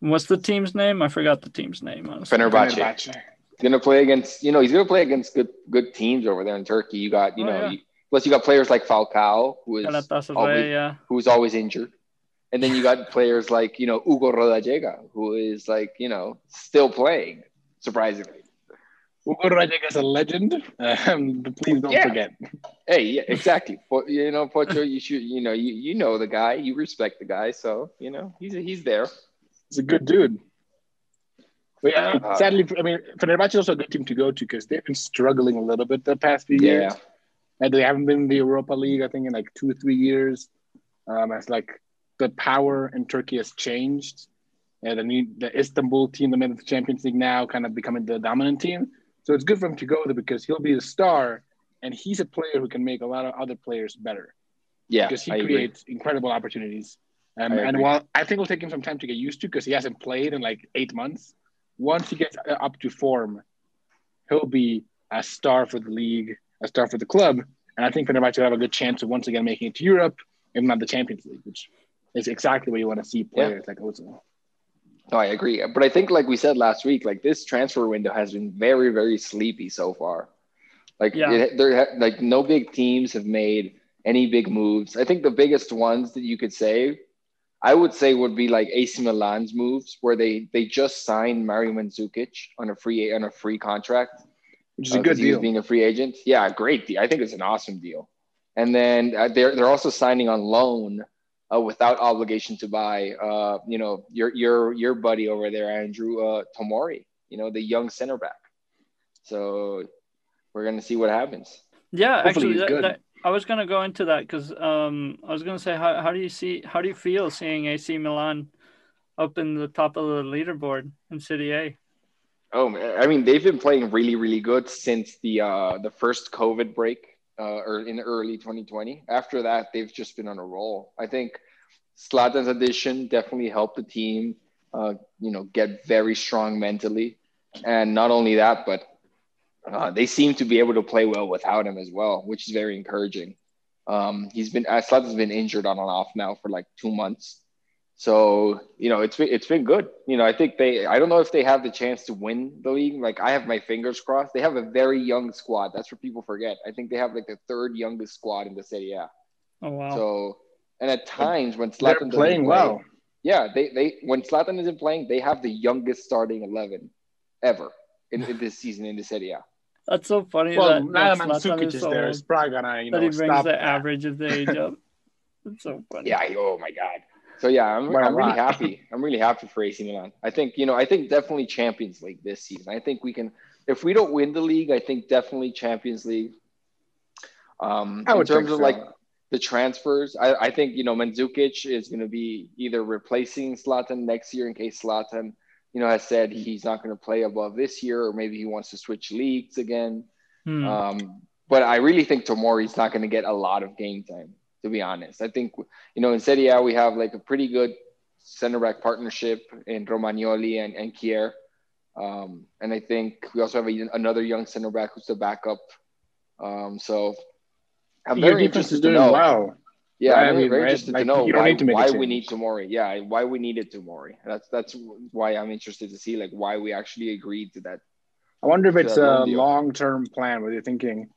Speaker 1: What's the team's name? I forgot the team's name. Honestly.
Speaker 2: Fenerbahce. He's gonna play against you know he's gonna play against good good teams over there in Turkey. You got you
Speaker 1: Oh,
Speaker 2: know
Speaker 1: yeah.
Speaker 2: you, plus you got players like Falcao who is
Speaker 1: Galatasaray.
Speaker 2: always-
Speaker 1: Yeah.
Speaker 2: who's always injured. And then you got players like, you know, Hugo Rodallega, who is like, you know, still playing, surprisingly.
Speaker 3: Hugo Rodriguez, a legend. Um, please don't
Speaker 2: Yeah.
Speaker 3: forget.
Speaker 2: Hey, yeah, exactly. Po- you know, Pocho, you should, you know, you, you know the guy, you respect the guy, so you know he's he's there.
Speaker 3: He's a good dude. But yeah,
Speaker 2: Uh,
Speaker 3: sadly, I mean, Fenerbahce is also a good team to go to because they've been struggling a little bit the past few years.
Speaker 2: Yeah,
Speaker 3: And they haven't been in the Europa League, I think, in like two or three years. Um, as like the power in Turkey has changed. and the, new, the Istanbul team that made the Champions League now kind of becoming the dominant team. So it's good for him to go there because he'll be the star, and he's a player who can make a lot of other players better
Speaker 2: Yeah,
Speaker 3: because he
Speaker 2: I agree.
Speaker 3: creates incredible opportunities. Um,
Speaker 2: I
Speaker 3: and
Speaker 2: agree.
Speaker 3: while I think it'll take him some time to get used to because he hasn't played in like eight months, once he gets uh, up to form, he'll be a star for the league, a star for the club. And I think Fenerbahce will have a good chance of once again making it to Europe, if not the Champions League, which is exactly what you want to see players like Ozil.
Speaker 2: No, I agree. But I think, like we said last week, like this transfer window has been very, very sleepy so far. Like
Speaker 1: Yeah.
Speaker 2: it, there, ha- like no big teams have made any big moves. I think the biggest ones that you could say, I would say, would be like AC Milan's moves, where they they just signed Mario Mandzukic on a free on a free contract.
Speaker 3: Which is a
Speaker 2: uh,
Speaker 3: good
Speaker 2: 'cause he was
Speaker 3: deal.
Speaker 2: Being a free agent, yeah, great deal. I think it's an awesome deal. And then uh, they're they're also signing on loan uh, without obligation to buy. Uh, you know, your your your buddy over there, Andrew uh, Tomori. You know, the young center back. So we're gonna see what happens.
Speaker 1: Yeah,
Speaker 3: Hopefully
Speaker 1: actually,
Speaker 3: he's
Speaker 1: that,
Speaker 3: good.
Speaker 1: that- I was gonna go into that because um, I was gonna say, how, how do you see, how do you feel seeing AC Milan up in the top of the leaderboard in City A?
Speaker 2: Oh man, I mean, they've been playing really, really good since the uh, the first COVID break, uh, or in early 2020. After that, they've just been on a roll. I think Slatan's addition definitely helped the team, uh, you know, get very strong mentally, and not only that, but uh, they seem to be able to play well without him as well, which is very encouraging. Um, he's been uh, Slatan's been injured on and off now for like two months, so you know it's been it's been good. You know I think they I don't know if they have the chance to win the league. Like I have my fingers crossed. They have a very young squad. That's what people forget. I think they have like the third youngest squad in the city. Yeah.
Speaker 1: Oh wow,
Speaker 2: So and at times when Slatan
Speaker 3: They're
Speaker 2: doesn't
Speaker 3: playing
Speaker 2: play-
Speaker 3: well.
Speaker 2: yeah, they they when Slatan isn't playing, they have the youngest starting eleven ever in, in this season in the Serie A.
Speaker 1: that's so funny
Speaker 3: Well,
Speaker 1: that,
Speaker 3: now
Speaker 1: that
Speaker 3: that
Speaker 1: Zlatan
Speaker 3: Mandzukic
Speaker 1: is
Speaker 3: is
Speaker 1: so
Speaker 3: there,
Speaker 1: old
Speaker 3: it's probably gonna you
Speaker 1: that
Speaker 3: know
Speaker 1: he brings
Speaker 3: stop.
Speaker 1: the average of the age up. That's so funny.
Speaker 2: Yeah. I- Oh my God. So yeah, I'm,
Speaker 3: By a
Speaker 2: I'm really
Speaker 3: lot.
Speaker 2: happy. I'm really happy for AC Milan. I think you know. I think definitely Champions League this season. I think we can. If we don't win the league, I think definitely Champions League. Um,
Speaker 3: I
Speaker 2: in
Speaker 3: would
Speaker 2: terms
Speaker 3: think
Speaker 2: of
Speaker 3: so.
Speaker 2: like the transfers, I, I think you know Mandzukic is going to be either replacing Slatan next year in case Slatan, you know, has
Speaker 3: Mm.
Speaker 2: said he's not going to play above this year, or maybe he wants to switch leagues again.
Speaker 1: Hmm.
Speaker 3: uh,
Speaker 2: Um, but I really think Tomori's not going to get a lot of game time, to be honest. I think, you know, in Serie A, we have like a pretty good center back partnership in Romagnoli and, and Kier. Um, and I think we also have a, another young center back who's the backup. Um, so I'm
Speaker 3: Your
Speaker 2: very
Speaker 3: defense
Speaker 2: interested
Speaker 3: is
Speaker 2: to
Speaker 3: doing
Speaker 2: know.
Speaker 3: well.
Speaker 2: Yeah,
Speaker 3: Right, I
Speaker 2: I'm
Speaker 3: mean,
Speaker 2: very
Speaker 3: right?
Speaker 2: interested
Speaker 3: Like,
Speaker 2: to know
Speaker 3: you don't
Speaker 2: why,
Speaker 3: need to make a
Speaker 2: why we
Speaker 3: change.
Speaker 2: need Tomori. Yeah, why we needed Tomori. That's that's why I'm interested to see like why we actually agreed to that.
Speaker 3: I wonder if it's
Speaker 2: Yeah,
Speaker 3: a
Speaker 2: long deal.
Speaker 3: long term plan where you're thinking,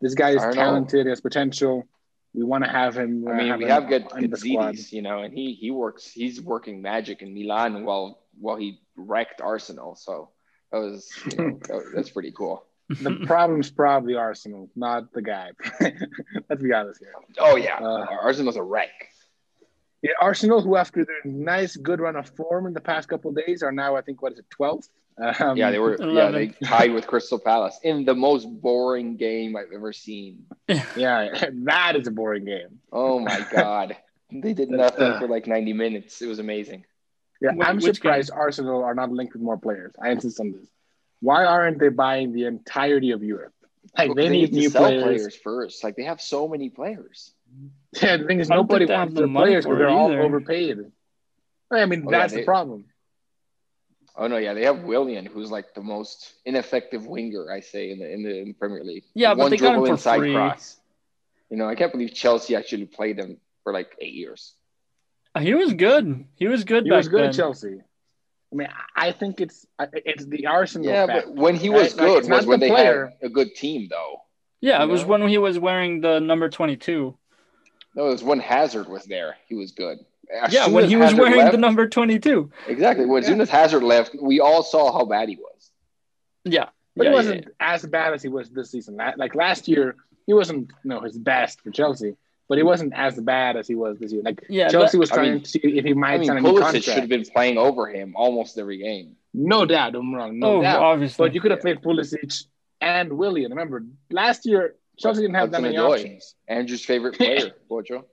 Speaker 3: this guy is
Speaker 2: I don't know.
Speaker 3: talented, he has potential. We want to have him.
Speaker 2: I
Speaker 3: uh,
Speaker 2: mean, we
Speaker 3: him
Speaker 2: have good
Speaker 3: in the squad.
Speaker 2: Gazidis, you know, and he he works. He's working magic in Milan while while he wrecked Arsenal. So that was you know, that- that's pretty cool.
Speaker 3: The problem's probably Arsenal, not the guy. Let's be honest here.
Speaker 2: Oh yeah,
Speaker 3: Uh.
Speaker 2: Arsenal's a wreck.
Speaker 3: Yeah, Arsenal, who after their nice good run of form in the past couple of days are now, I think, what is it, 12th? Um,
Speaker 2: yeah, they were. Yeah, they
Speaker 1: 11.
Speaker 2: tied with Crystal Palace in the most boring game I've ever seen.
Speaker 3: Yeah, that is a boring game.
Speaker 2: Oh my god, they did nothing for like ninety minutes. It was amazing.
Speaker 3: Yeah,
Speaker 1: Wait,
Speaker 3: I'm
Speaker 1: which
Speaker 3: surprised Arsenal are not linked with more players. I insist on this. Why aren't they buying the entirety of Europe? Like
Speaker 2: Look,
Speaker 3: they, need,
Speaker 2: to
Speaker 3: new
Speaker 2: sell
Speaker 3: players.
Speaker 2: players. first. Like they have so many players.
Speaker 3: Yeah, the thing is,
Speaker 1: I don't
Speaker 3: nobody
Speaker 1: think they have
Speaker 3: wants
Speaker 1: the
Speaker 3: their
Speaker 1: money
Speaker 3: players
Speaker 1: for
Speaker 3: because they're
Speaker 1: it
Speaker 3: all
Speaker 1: either.
Speaker 3: overpaid. I mean,
Speaker 2: Oh, yeah,
Speaker 3: that's
Speaker 2: they-
Speaker 3: the problem.
Speaker 2: Oh no, yeah, they have Willian, who's like the most ineffective winger I say in the in the, in the Premier League.
Speaker 1: Yeah, but
Speaker 2: One
Speaker 1: they got him
Speaker 2: dribble
Speaker 1: for
Speaker 2: inside
Speaker 1: free.
Speaker 2: cross. You know, I can't believe Chelsea actually played him for like eight years.
Speaker 1: He was good. He was good
Speaker 3: He
Speaker 1: back
Speaker 3: was good
Speaker 1: then.
Speaker 3: at Chelsea. I mean, I- I think it's I- it's the Arsenal.
Speaker 2: Yeah,
Speaker 3: fact.
Speaker 2: but when he
Speaker 3: Right,
Speaker 2: was
Speaker 3: like,
Speaker 2: good
Speaker 3: it's
Speaker 2: was
Speaker 3: not
Speaker 2: when
Speaker 3: the
Speaker 2: they
Speaker 3: player.
Speaker 2: had a good team, though.
Speaker 1: Yeah,
Speaker 2: You
Speaker 1: it was
Speaker 2: know?
Speaker 1: when he was wearing the number twenty-two.
Speaker 2: No, it was when Hazard was there. He was good. As
Speaker 1: Yeah,
Speaker 2: soon
Speaker 1: when
Speaker 2: as
Speaker 1: he was
Speaker 2: Hazard
Speaker 1: wearing
Speaker 2: left-
Speaker 1: the number twenty-two.
Speaker 2: exactly. When, As soon as Hazard left, we all saw how bad he was.
Speaker 1: Yeah, yeah,
Speaker 3: but he
Speaker 1: yeah,
Speaker 3: wasn't as bad as he was this season. La- Like last year, he wasn't you know his best for Chelsea, but he wasn't as bad as he was this year. Like
Speaker 1: Yeah,
Speaker 3: Chelsea was
Speaker 2: I
Speaker 3: trying
Speaker 2: mean-
Speaker 3: to see if he might
Speaker 2: I mean,
Speaker 3: sign a new
Speaker 2: Pulisic
Speaker 3: contract.
Speaker 2: should have been playing over him almost every game.
Speaker 3: No doubt, I'm wrong.
Speaker 1: yeah.
Speaker 3: No
Speaker 1: Oh,
Speaker 3: doubt.
Speaker 1: obviously.
Speaker 3: But you could have played Pulisic and Willian. Remember, last year Chelsea didn't have that many
Speaker 2: Hudson-Odoi,
Speaker 3: options.
Speaker 2: Andrew's favorite player, Bojo.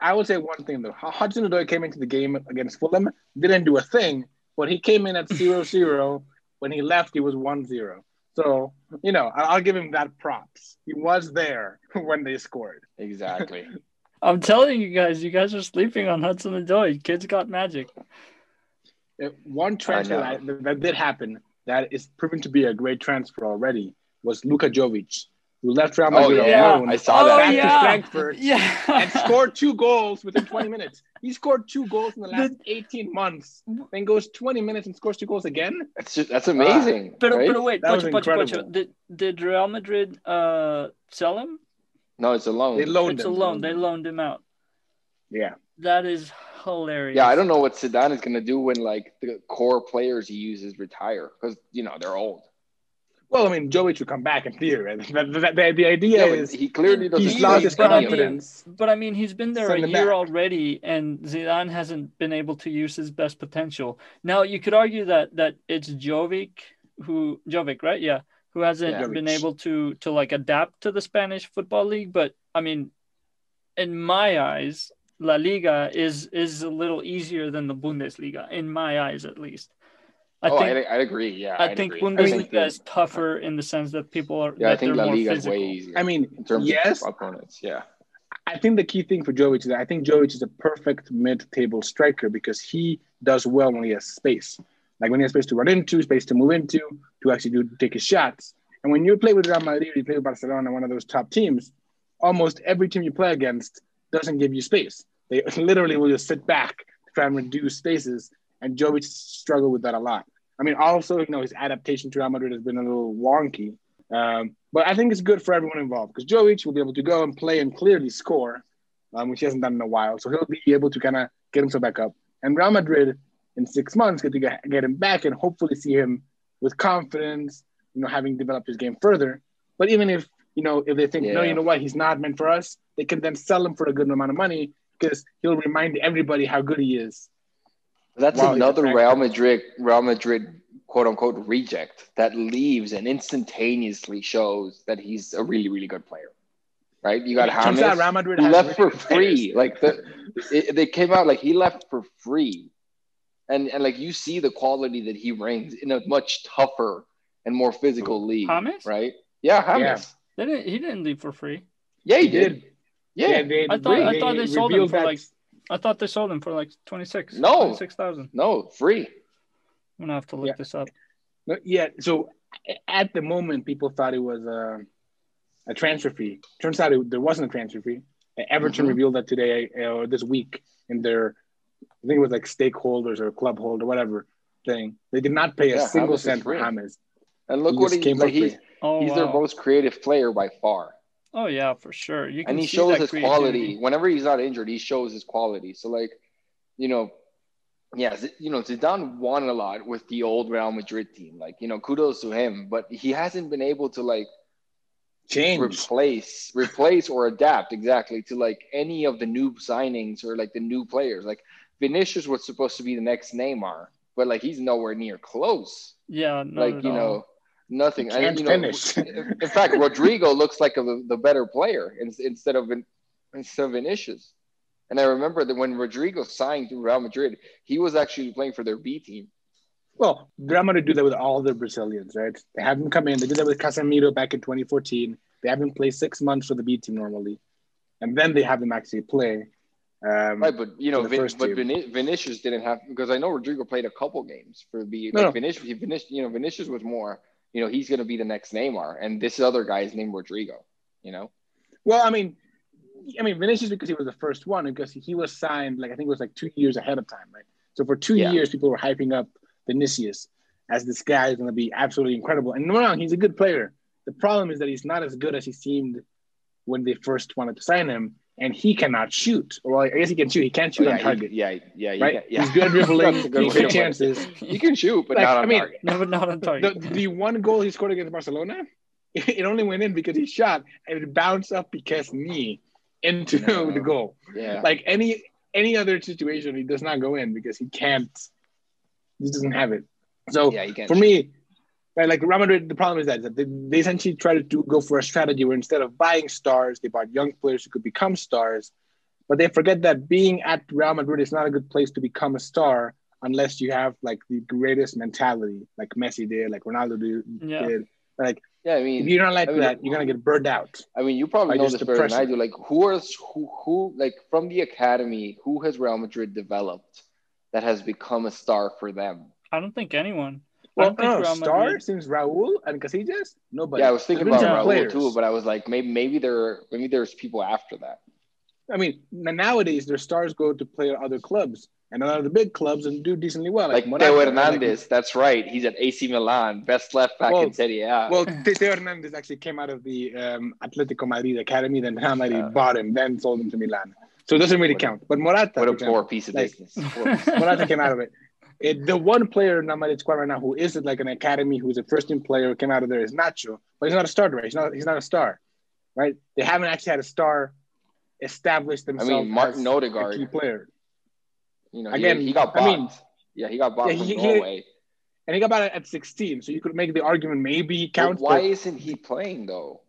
Speaker 3: I will say one thing though. Hudson Odoi came into the game against Fulham, didn't do a thing, When he came in at zero zero, when he left, he was one zero. So, you know, I- I'll give him that props. He was there when they scored.
Speaker 2: Exactly.
Speaker 1: I'm telling you guys, you guys are sleeping on Hudson Odoi. Kids got magic.
Speaker 3: Uh, One transfer
Speaker 2: I
Speaker 3: that, that did happen that is proven to be a great transfer already was Luka Jovic, who left Real Madrid
Speaker 1: Oh, yeah.
Speaker 3: alone
Speaker 2: I saw that.
Speaker 1: Oh,
Speaker 3: back
Speaker 1: yeah.
Speaker 3: to Frankfurt and
Speaker 1: Yeah.
Speaker 3: scored two goals within 20 minutes. He scored two goals in the last 18 months, then goes 20 minutes and scores two goals again.
Speaker 2: That's just, that's amazing.
Speaker 1: But,
Speaker 2: right?
Speaker 1: but wait,
Speaker 3: That was
Speaker 1: Pocho, Pocho, Pocho.
Speaker 3: incredible.
Speaker 1: Did, did Real Madrid uh, sell him?
Speaker 2: no, it's a loan.
Speaker 3: They loaned
Speaker 1: it's
Speaker 3: him.
Speaker 1: a loan. They loaned him out.
Speaker 3: Yeah.
Speaker 1: That is hilarious.
Speaker 2: yeah, I don't know what Sedan is going to do when like the core players he uses retire because you know they're old.
Speaker 3: Well, I mean, Jovic would come back in theory. The, the, the, the idea
Speaker 2: Yeah, but
Speaker 3: is
Speaker 2: he clearly doesn't.
Speaker 3: he's
Speaker 1: he-
Speaker 3: lost
Speaker 2: need
Speaker 3: his
Speaker 1: but I
Speaker 2: any of
Speaker 1: mean-
Speaker 2: them.
Speaker 3: confidence.
Speaker 1: But I mean, he's been there
Speaker 3: Send
Speaker 1: a
Speaker 3: him
Speaker 1: year
Speaker 3: back.
Speaker 1: already, and Zidane hasn't been able to use his best potential. Now you could argue that that it's Jovic who Jovic, right? Yeah, who hasn't
Speaker 2: Yeah.
Speaker 1: been
Speaker 3: Jovic.
Speaker 1: able to to like adapt to the Spanish football league. But I mean, in my eyes, La Liga is is a little easier than the Bundesliga, in my eyes at least. I
Speaker 2: oh,
Speaker 1: think
Speaker 2: I, I agree. Yeah,
Speaker 1: I,
Speaker 2: I'd
Speaker 1: think
Speaker 2: agree.
Speaker 1: Bundesliga
Speaker 2: the-
Speaker 1: is tougher in the sense that people are
Speaker 2: Yeah,
Speaker 1: that
Speaker 2: I think
Speaker 1: they're
Speaker 2: La
Speaker 1: more
Speaker 2: Liga is
Speaker 1: physical.
Speaker 2: way easier.
Speaker 3: I mean,
Speaker 2: in terms
Speaker 3: yes,
Speaker 2: of opponents, yeah.
Speaker 3: I think the key thing for Jovic is that I think Jovic is a perfect mid-table striker because he does well when he has space. Like when he has space to run into, space to move into, to actually do take his shots. And when you play with Real Madrid, you play with Barcelona, one of those top teams, almost every team you play against doesn't give you space. They literally will just sit back to try and reduce spaces. And Jovic struggled with that a lot. I mean, also, you know, his adaptation to Real Madrid has been a little wonky. Um, but I think it's good for everyone involved because Jovic will be able to go and play and clearly score, um, which he hasn't done in a while. So he'll be able to kind of get himself back up. And Real Madrid in six months get to get, get him back and hopefully see him with confidence, you know, having developed his game further. But even if, you know, if they think, no,
Speaker 2: Yeah.
Speaker 3: you know what, he's not meant for us, they can then sell him for a good amount of money because he'll remind everybody how good he is.
Speaker 2: That's
Speaker 3: Wow, he's
Speaker 2: another
Speaker 3: attractive.
Speaker 2: Real Madrid, Real Madrid, quote unquote reject that leaves and instantaneously shows that he's a really, really good player. Right? You got
Speaker 3: Turns out Real
Speaker 2: James
Speaker 3: Madrid
Speaker 2: who
Speaker 3: has
Speaker 2: left
Speaker 3: really
Speaker 2: for
Speaker 3: good
Speaker 2: free.
Speaker 3: players.
Speaker 2: Like the, it, they came out like he left for free, and and like you see the quality that he brings in a much tougher and more physical league.
Speaker 1: James?
Speaker 2: Right? Yeah, James.
Speaker 1: They didn't, he didn't leave for free.
Speaker 2: Yeah, he
Speaker 3: He
Speaker 2: did.
Speaker 3: did.
Speaker 2: Yeah.
Speaker 3: they,
Speaker 1: I thought- I thought they sold him
Speaker 3: revealed
Speaker 1: for,
Speaker 3: that-
Speaker 1: like, I thought they sold him for like 26.
Speaker 2: No.
Speaker 1: 26,000.
Speaker 2: No, free.
Speaker 1: I'm going to have to look
Speaker 3: Yeah.
Speaker 1: this up.
Speaker 3: No, yeah. So a- at the moment, people thought it was a, a transfer fee. Turns out it, there wasn't a transfer fee. Uh, Everton
Speaker 2: Mhm.
Speaker 3: revealed that today uh, or this week in their, I think it was like stakeholders or club hold or whatever thing. They did not pay a
Speaker 2: Yeah,
Speaker 3: single
Speaker 2: James is
Speaker 3: cent for
Speaker 2: free.
Speaker 3: Hamas.
Speaker 2: And look
Speaker 3: He
Speaker 2: what
Speaker 3: just
Speaker 2: he
Speaker 3: came for
Speaker 2: like. He's
Speaker 3: free.
Speaker 1: Oh,
Speaker 2: he's
Speaker 1: wow.
Speaker 2: their most creative player by far.
Speaker 1: oh yeah, for sure. You can
Speaker 2: and he
Speaker 1: see that
Speaker 2: shows his quality
Speaker 1: creativity.
Speaker 2: whenever he's not injured. He shows his quality. So like, you know, yeah, Z- you know, Zidane won a lot with the old Real Madrid team. Like, you know, kudos to him, but he hasn't been able to like
Speaker 3: Change.
Speaker 2: replace, replace or adapt exactly to like any of the new signings or like the new players. Like Vinicius was supposed to be the next Neymar, but like he's nowhere near close
Speaker 1: Yeah, not
Speaker 2: like
Speaker 1: at
Speaker 2: you
Speaker 1: all.
Speaker 2: know nothing. I,
Speaker 3: Can't
Speaker 2: you know,
Speaker 3: finish.
Speaker 2: in in fact, Rodrigo looks like a, the better player in, instead of Vin- instead of Vinicius. And I remember that when Rodrigo signed to Real Madrid, he was actually playing for their B team.
Speaker 3: Mm-hmm. Well, they're going to do that with all the Brazilians, right? They have them come in. They did that with Casemiro back in 2014. They have him play six months for the B team normally, and then they have him actually play. Um,
Speaker 2: Right, but you know,
Speaker 3: the
Speaker 2: Vin,
Speaker 3: first
Speaker 2: but
Speaker 3: team.
Speaker 2: Vin, Vinicius didn't have because I know Rodrigo played a couple games for the
Speaker 3: No,
Speaker 2: like
Speaker 3: no.
Speaker 2: Vinicius, he- Vinicius. You know, Vinicius was more. You know, he's going to be the next Neymar, and this other guy is named Rodrigo. You know,
Speaker 3: Well, I mean, I mean Vinicius because he was the first one because he was signed like I think it was like two years ahead of time, right? So for two
Speaker 2: Yeah.
Speaker 3: years, people were hyping up Vinicius as this guy is going to be absolutely incredible. And no, no, he's a good player. The problem is that he's not as good as he seemed when they first wanted to sign him, and he cannot shoot. Or well, I guess he can shoot. He can't shoot
Speaker 2: yeah,
Speaker 3: on
Speaker 2: he-
Speaker 3: target,
Speaker 2: yeah, yeah, he-
Speaker 3: right?
Speaker 2: yeah.
Speaker 3: He's good at dribbling.
Speaker 2: That's a
Speaker 3: he
Speaker 2: good way
Speaker 3: takes
Speaker 2: to put it.
Speaker 3: chances.
Speaker 2: He can shoot, but
Speaker 3: Like,
Speaker 2: not on
Speaker 3: I mean,
Speaker 2: target.
Speaker 1: Never not on
Speaker 3: The,
Speaker 1: target.
Speaker 3: the one goal he scored against Barcelona, it only went in because he shot and it bounced up Piquet's knee into
Speaker 2: No.
Speaker 3: the goal
Speaker 2: Yeah.
Speaker 3: like any any other situation he does not go in because he can't he doesn't have it so
Speaker 2: yeah, he can.
Speaker 3: for me right, like Real Madrid the problem is that, that they, they essentially try to do, go for a strategy where instead of buying stars they bought young players who could become stars but they forget that being at Real Madrid is not a good place to become a star unless you have like the greatest mentality, like Messi did, like Ronaldo did.
Speaker 1: Yeah.
Speaker 3: did. Like
Speaker 2: Yeah, I
Speaker 3: if
Speaker 2: mean,
Speaker 3: you're not like
Speaker 2: I mean,
Speaker 3: that, you're gonna get burned out.
Speaker 2: I mean, you probably
Speaker 3: I
Speaker 2: know
Speaker 3: just
Speaker 2: this better than I
Speaker 3: depression.
Speaker 2: do. Like, who are who who like from the academy? Who has Real Madrid developed that has become a star for them?
Speaker 1: I don't think anyone. I
Speaker 3: Well,
Speaker 1: don't think
Speaker 3: no,
Speaker 1: Real
Speaker 3: star
Speaker 1: Madrid-
Speaker 3: since Raul and Casillas, nobody.
Speaker 2: yeah, I was thinking
Speaker 3: There's
Speaker 2: about
Speaker 1: some
Speaker 3: been
Speaker 2: Raul
Speaker 3: players.
Speaker 2: too, but I was like, maybe maybe there maybe there's people after that.
Speaker 3: I mean, n- nowadays their stars go to play at other clubs and other big clubs and do decently well.
Speaker 2: Like
Speaker 3: Monaco,
Speaker 2: Teo
Speaker 3: like-
Speaker 2: Hernandez, that's right. He's at AC Milan, best left back
Speaker 3: Well,
Speaker 2: in Serie A.
Speaker 3: well, Te- Teo Hernandez actually came out of the um, Atletico Madrid academy. Then Real Madrid
Speaker 2: Uh,
Speaker 3: bought him, then sold him to Milan. So it doesn't really
Speaker 2: What a-
Speaker 3: count. But Morata,
Speaker 2: what
Speaker 3: for
Speaker 2: a
Speaker 3: example,
Speaker 2: poor piece of
Speaker 3: like-
Speaker 2: business. Poor-
Speaker 3: Morata came out of it. It, the one player in Real Madrid squad right now who is like an academy, who's a first team player, who came out of there is Nacho, but he's not a starter. Right? He's not. He's not a star, right? They haven't actually had a star establish
Speaker 2: I
Speaker 3: themselves.
Speaker 2: mean,
Speaker 3: as
Speaker 2: Martin
Speaker 3: a key
Speaker 2: Odegaard.
Speaker 3: player,
Speaker 2: You know,
Speaker 3: Again,
Speaker 2: he, he got bought.
Speaker 3: I mean-
Speaker 2: yeah, he got bought
Speaker 3: Yeah,
Speaker 2: from
Speaker 3: he- he-
Speaker 2: Norway.
Speaker 3: and he got about it at 16. So you could make the argument maybe he
Speaker 2: But
Speaker 3: counts.
Speaker 2: why
Speaker 3: Why?
Speaker 2: isn't he playing though?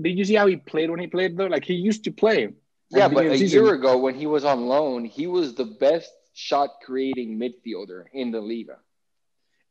Speaker 3: Did you see how he played when he played though? Like he used to play. at the
Speaker 2: Yeah, but
Speaker 3: beginning
Speaker 2: a
Speaker 3: of the season.
Speaker 2: year ago when he was on loan, he was the best shot creating midfielder in the Liga.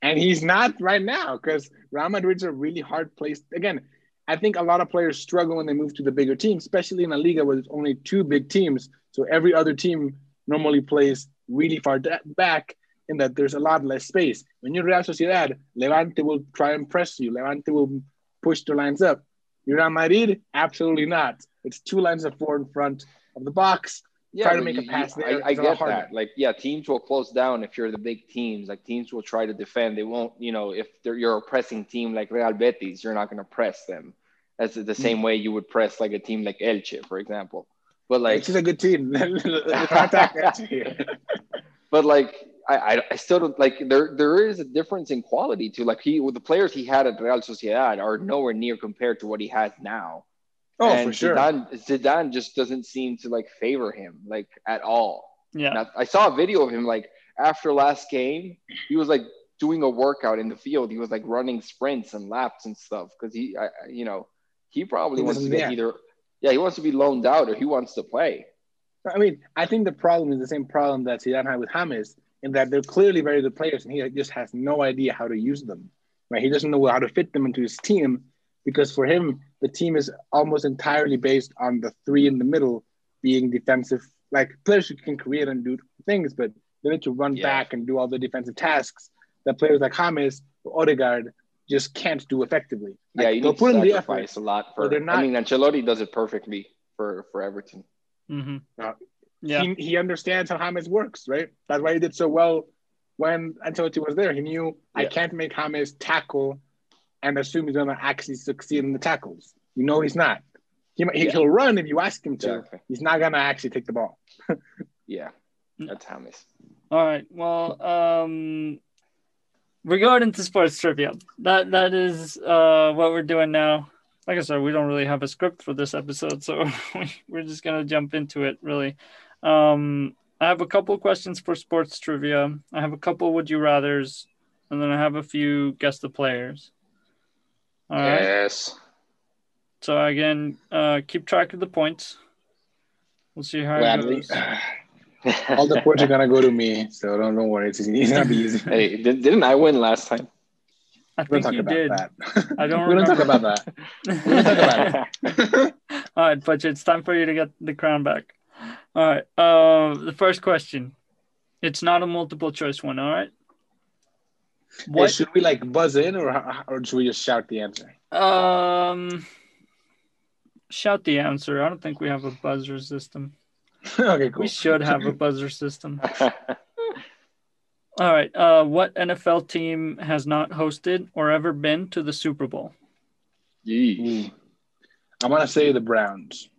Speaker 3: and he's not right now because Real Madrid's a really hard place. Again, I think a lot of players struggle when they move to the bigger teams, especially in a Liga where there's only two big teams. So every other team normally plays really far da- back in that there's a lot less space. When you're Real Sociedad, Levante will try and press you. Levante will push the lines up. You're Real Madrid? Absolutely not. It's two lines of four in front of the box.
Speaker 2: Yeah,
Speaker 3: Try to
Speaker 2: but
Speaker 3: make a pass there,
Speaker 2: I, I
Speaker 3: it's a lot
Speaker 2: get
Speaker 3: harder.
Speaker 2: that. Like, yeah, teams will close down if you're the big teams. Like, teams will try to defend. They won't, you know, if they're, you're a pressing team like Real Betis, you're not going to press them. That's
Speaker 3: Mm.
Speaker 2: the same way you would press like a team like Elche, for example. But like,
Speaker 3: Like, she's a good team. Contact that here.
Speaker 2: but like I, I, I still don't like there there is a difference in quality too. Like he with the players he had at Real Sociedad are nowhere near compared to what he has now.
Speaker 3: Oh,
Speaker 2: and
Speaker 3: for sure.
Speaker 2: Zidane, Zidane just doesn't seem to like favor him like at all.
Speaker 1: yeah.
Speaker 2: And I, I saw a video of him like after last game, he was like doing a workout in the field. He was like running sprints and laps and stuff because he, I, I- you know, he probably
Speaker 3: He
Speaker 2: wants to
Speaker 3: wasn't
Speaker 2: get
Speaker 3: there.
Speaker 2: either. Yeah, he wants to be loaned out or he wants to play.
Speaker 3: I mean, I think the problem is the same problem that Zidane had with James, in that they're clearly very good players, and he just has no idea how to use them. Right? He doesn't know how to fit them into his team, because for him, the team is almost entirely based on the three in the middle being defensive, like players who can create and do things, but they need to run
Speaker 2: Yeah.
Speaker 3: back and do all the defensive tasks that players like James or Odegaard just can't do effectively. Like,
Speaker 2: Yeah, you
Speaker 3: they'll
Speaker 2: need to
Speaker 3: put in the effort.
Speaker 2: sacrifice a lot
Speaker 3: but
Speaker 2: for.
Speaker 3: they're
Speaker 2: I
Speaker 3: not-
Speaker 2: mean, Ancelotti does it perfectly for for Everton.
Speaker 1: Mm-hmm.
Speaker 3: Yeah.
Speaker 1: Yeah.
Speaker 3: he, he understands how James works, right? That's why he did so well when Ancelotti was there. He knew I
Speaker 2: Yeah.
Speaker 3: can't make James tackle and assume he's going to actually succeed in the tackles. You know he's not. He, might- he,
Speaker 2: Yeah.
Speaker 3: He'll run if you ask him to.
Speaker 2: Exactly.
Speaker 3: He's not going to actually take the ball.
Speaker 2: Yeah,
Speaker 1: Mm.
Speaker 2: that's Hamas.
Speaker 1: All right. Well, um, we're going into sports trivia. That that is uh what we're doing now. Like I said, we don't really have a script for this episode, so we- we're just gonna jump into it. Really, um, I have a couple questions for sports trivia. I have a couple would you rather's, and then I have a few guess the players. All right.
Speaker 2: Yes.
Speaker 1: So again, uh, keep track of the points. We'll see how it
Speaker 3: Gladly.
Speaker 1: goes.
Speaker 3: All the points are going to go to me. So don't, don't worry. It's, it's not be easy.
Speaker 2: hey, did, didn't I win last time?
Speaker 1: I
Speaker 3: We
Speaker 1: think
Speaker 3: don't talk
Speaker 1: you
Speaker 3: about
Speaker 1: did.
Speaker 3: that.
Speaker 1: I don't
Speaker 3: we don't talk
Speaker 1: remember.
Speaker 3: about that. We don't talk about it.
Speaker 1: All right, Butch, it's time for you to get the crown back. All right. Uh, the first question. It's not a multiple choice one, all right?
Speaker 3: Hey,
Speaker 1: What?
Speaker 3: should we like buzz in or, or should we just shout the answer?
Speaker 1: Um, shout the answer. I don't think we have a buzzer system.
Speaker 3: okay, cool.
Speaker 1: We should have a buzzer system. All right. Uh, what NFL team has not hosted or ever been to the Super Bowl?
Speaker 2: Yeesh.
Speaker 3: Ooh. I'm going to say the Browns.